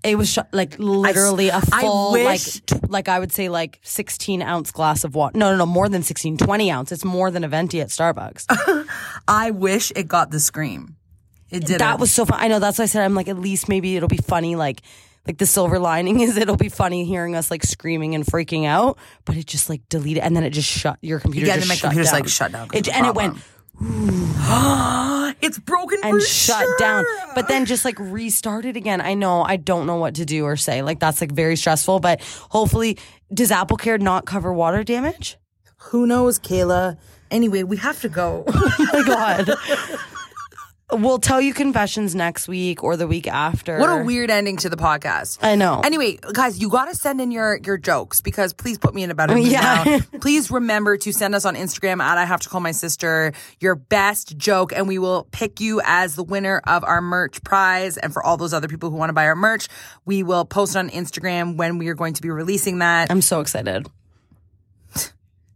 [SPEAKER 3] It was sh- like literally a
[SPEAKER 2] I
[SPEAKER 3] full, like,
[SPEAKER 2] wish-
[SPEAKER 3] t- like I would say, like 16 ounce glass of water. No, no, no, more than 16, 20 ounce. It's more than a venti at Starbucks.
[SPEAKER 2] I wish it got the scream. It did.
[SPEAKER 3] That was so fun. I know that's why I said I'm like at least maybe it'll be funny. Like like the silver lining is it'll be funny hearing us like screaming and freaking out, but it just like deleted and then it just shut your computer.
[SPEAKER 2] Yeah,
[SPEAKER 3] just
[SPEAKER 2] then my
[SPEAKER 3] shut
[SPEAKER 2] computer's
[SPEAKER 3] down.
[SPEAKER 2] like shut down 'cause
[SPEAKER 3] It,
[SPEAKER 2] of the
[SPEAKER 3] and it went
[SPEAKER 2] problem. It's broken
[SPEAKER 3] and
[SPEAKER 2] for
[SPEAKER 3] shut
[SPEAKER 2] sure.
[SPEAKER 3] down, but then just like restarted again. I know I don't know what to do or say. Like that's like very stressful. But hopefully, does Apple Care not cover water damage?
[SPEAKER 2] Who knows, Kayla? Anyway, we have to go.
[SPEAKER 3] Oh my god. We'll tell you confessions next week or the week after.
[SPEAKER 2] what a weird ending to the podcast.
[SPEAKER 3] I know.
[SPEAKER 2] Anyway, guys, you got to send in your your jokes because please put me in a better mood
[SPEAKER 3] Yeah.
[SPEAKER 2] now. please remember to send us on Instagram at I have to call my sister your best joke, and we will pick you as the winner of our merch prize. And for all those other people who want to buy our merch, we will post on Instagram when we are going to be releasing that.
[SPEAKER 3] I'm so excited.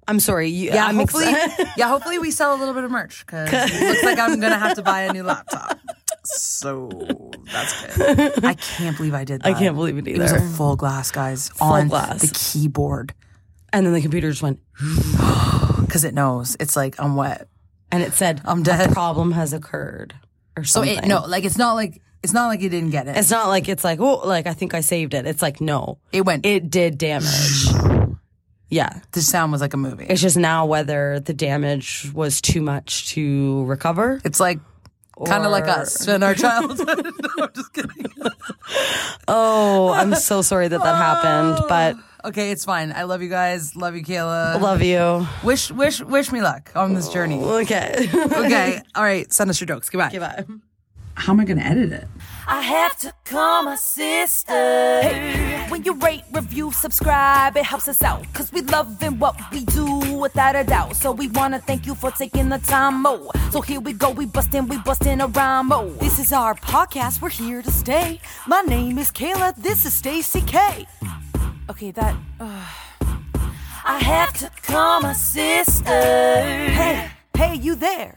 [SPEAKER 3] I'm sorry. You,
[SPEAKER 2] yeah,
[SPEAKER 3] I'm
[SPEAKER 2] hopefully,
[SPEAKER 3] exci-
[SPEAKER 2] yeah, hopefully we sell a little bit of merch because it looks like I'm gonna have to buy a new laptop. So that's good. I can't believe I did that.
[SPEAKER 3] I can't believe it
[SPEAKER 2] It was a
[SPEAKER 3] either.
[SPEAKER 2] full glass, guys, on
[SPEAKER 3] glass.
[SPEAKER 2] the keyboard
[SPEAKER 3] And then the computer just went,
[SPEAKER 2] because it knows it's like I'm wet.
[SPEAKER 3] and it said,
[SPEAKER 2] I'm dead. Oh,
[SPEAKER 3] "A problem has occurred," or
[SPEAKER 2] So
[SPEAKER 7] Oh,
[SPEAKER 3] something.
[SPEAKER 2] it no, like it's not like It's not like you didn't get it.
[SPEAKER 3] It's not like it's like, oh, like I think I saved it. It's like, no.
[SPEAKER 2] It went-
[SPEAKER 3] It did damage. yeah.
[SPEAKER 2] the sound was like a movie.
[SPEAKER 3] It's just now whether the damage was too much to recover.
[SPEAKER 2] It's like kind of like
[SPEAKER 3] Or-
[SPEAKER 2] us in our childhood. No, I'm just kidding.
[SPEAKER 3] Oh, I'm so sorry that that happened,
[SPEAKER 7] Uh,
[SPEAKER 3] but
[SPEAKER 2] Okay, it's fine. I love you guys. Love you, Kayla.
[SPEAKER 3] love you.
[SPEAKER 2] wish, wish, wish me luck on this journey.
[SPEAKER 3] Okay.
[SPEAKER 2] Okay, all right. Send us your jokes. Goodbye.
[SPEAKER 3] Goodbye.
[SPEAKER 2] How am I going to edit it?
[SPEAKER 5] I have to call my sister. When you rate, review, subscribe, it helps us out. Cause we love in what we do without a doubt. So we wanna thank you for taking the time, mo. So here we go, we bustin', we bustin' a rhyme, mo. This is our podcast, we're here to stay. My name is Kayla, this is Stacy K. Okay, that. Uh... I have to call my sister. Hey, hey, you there.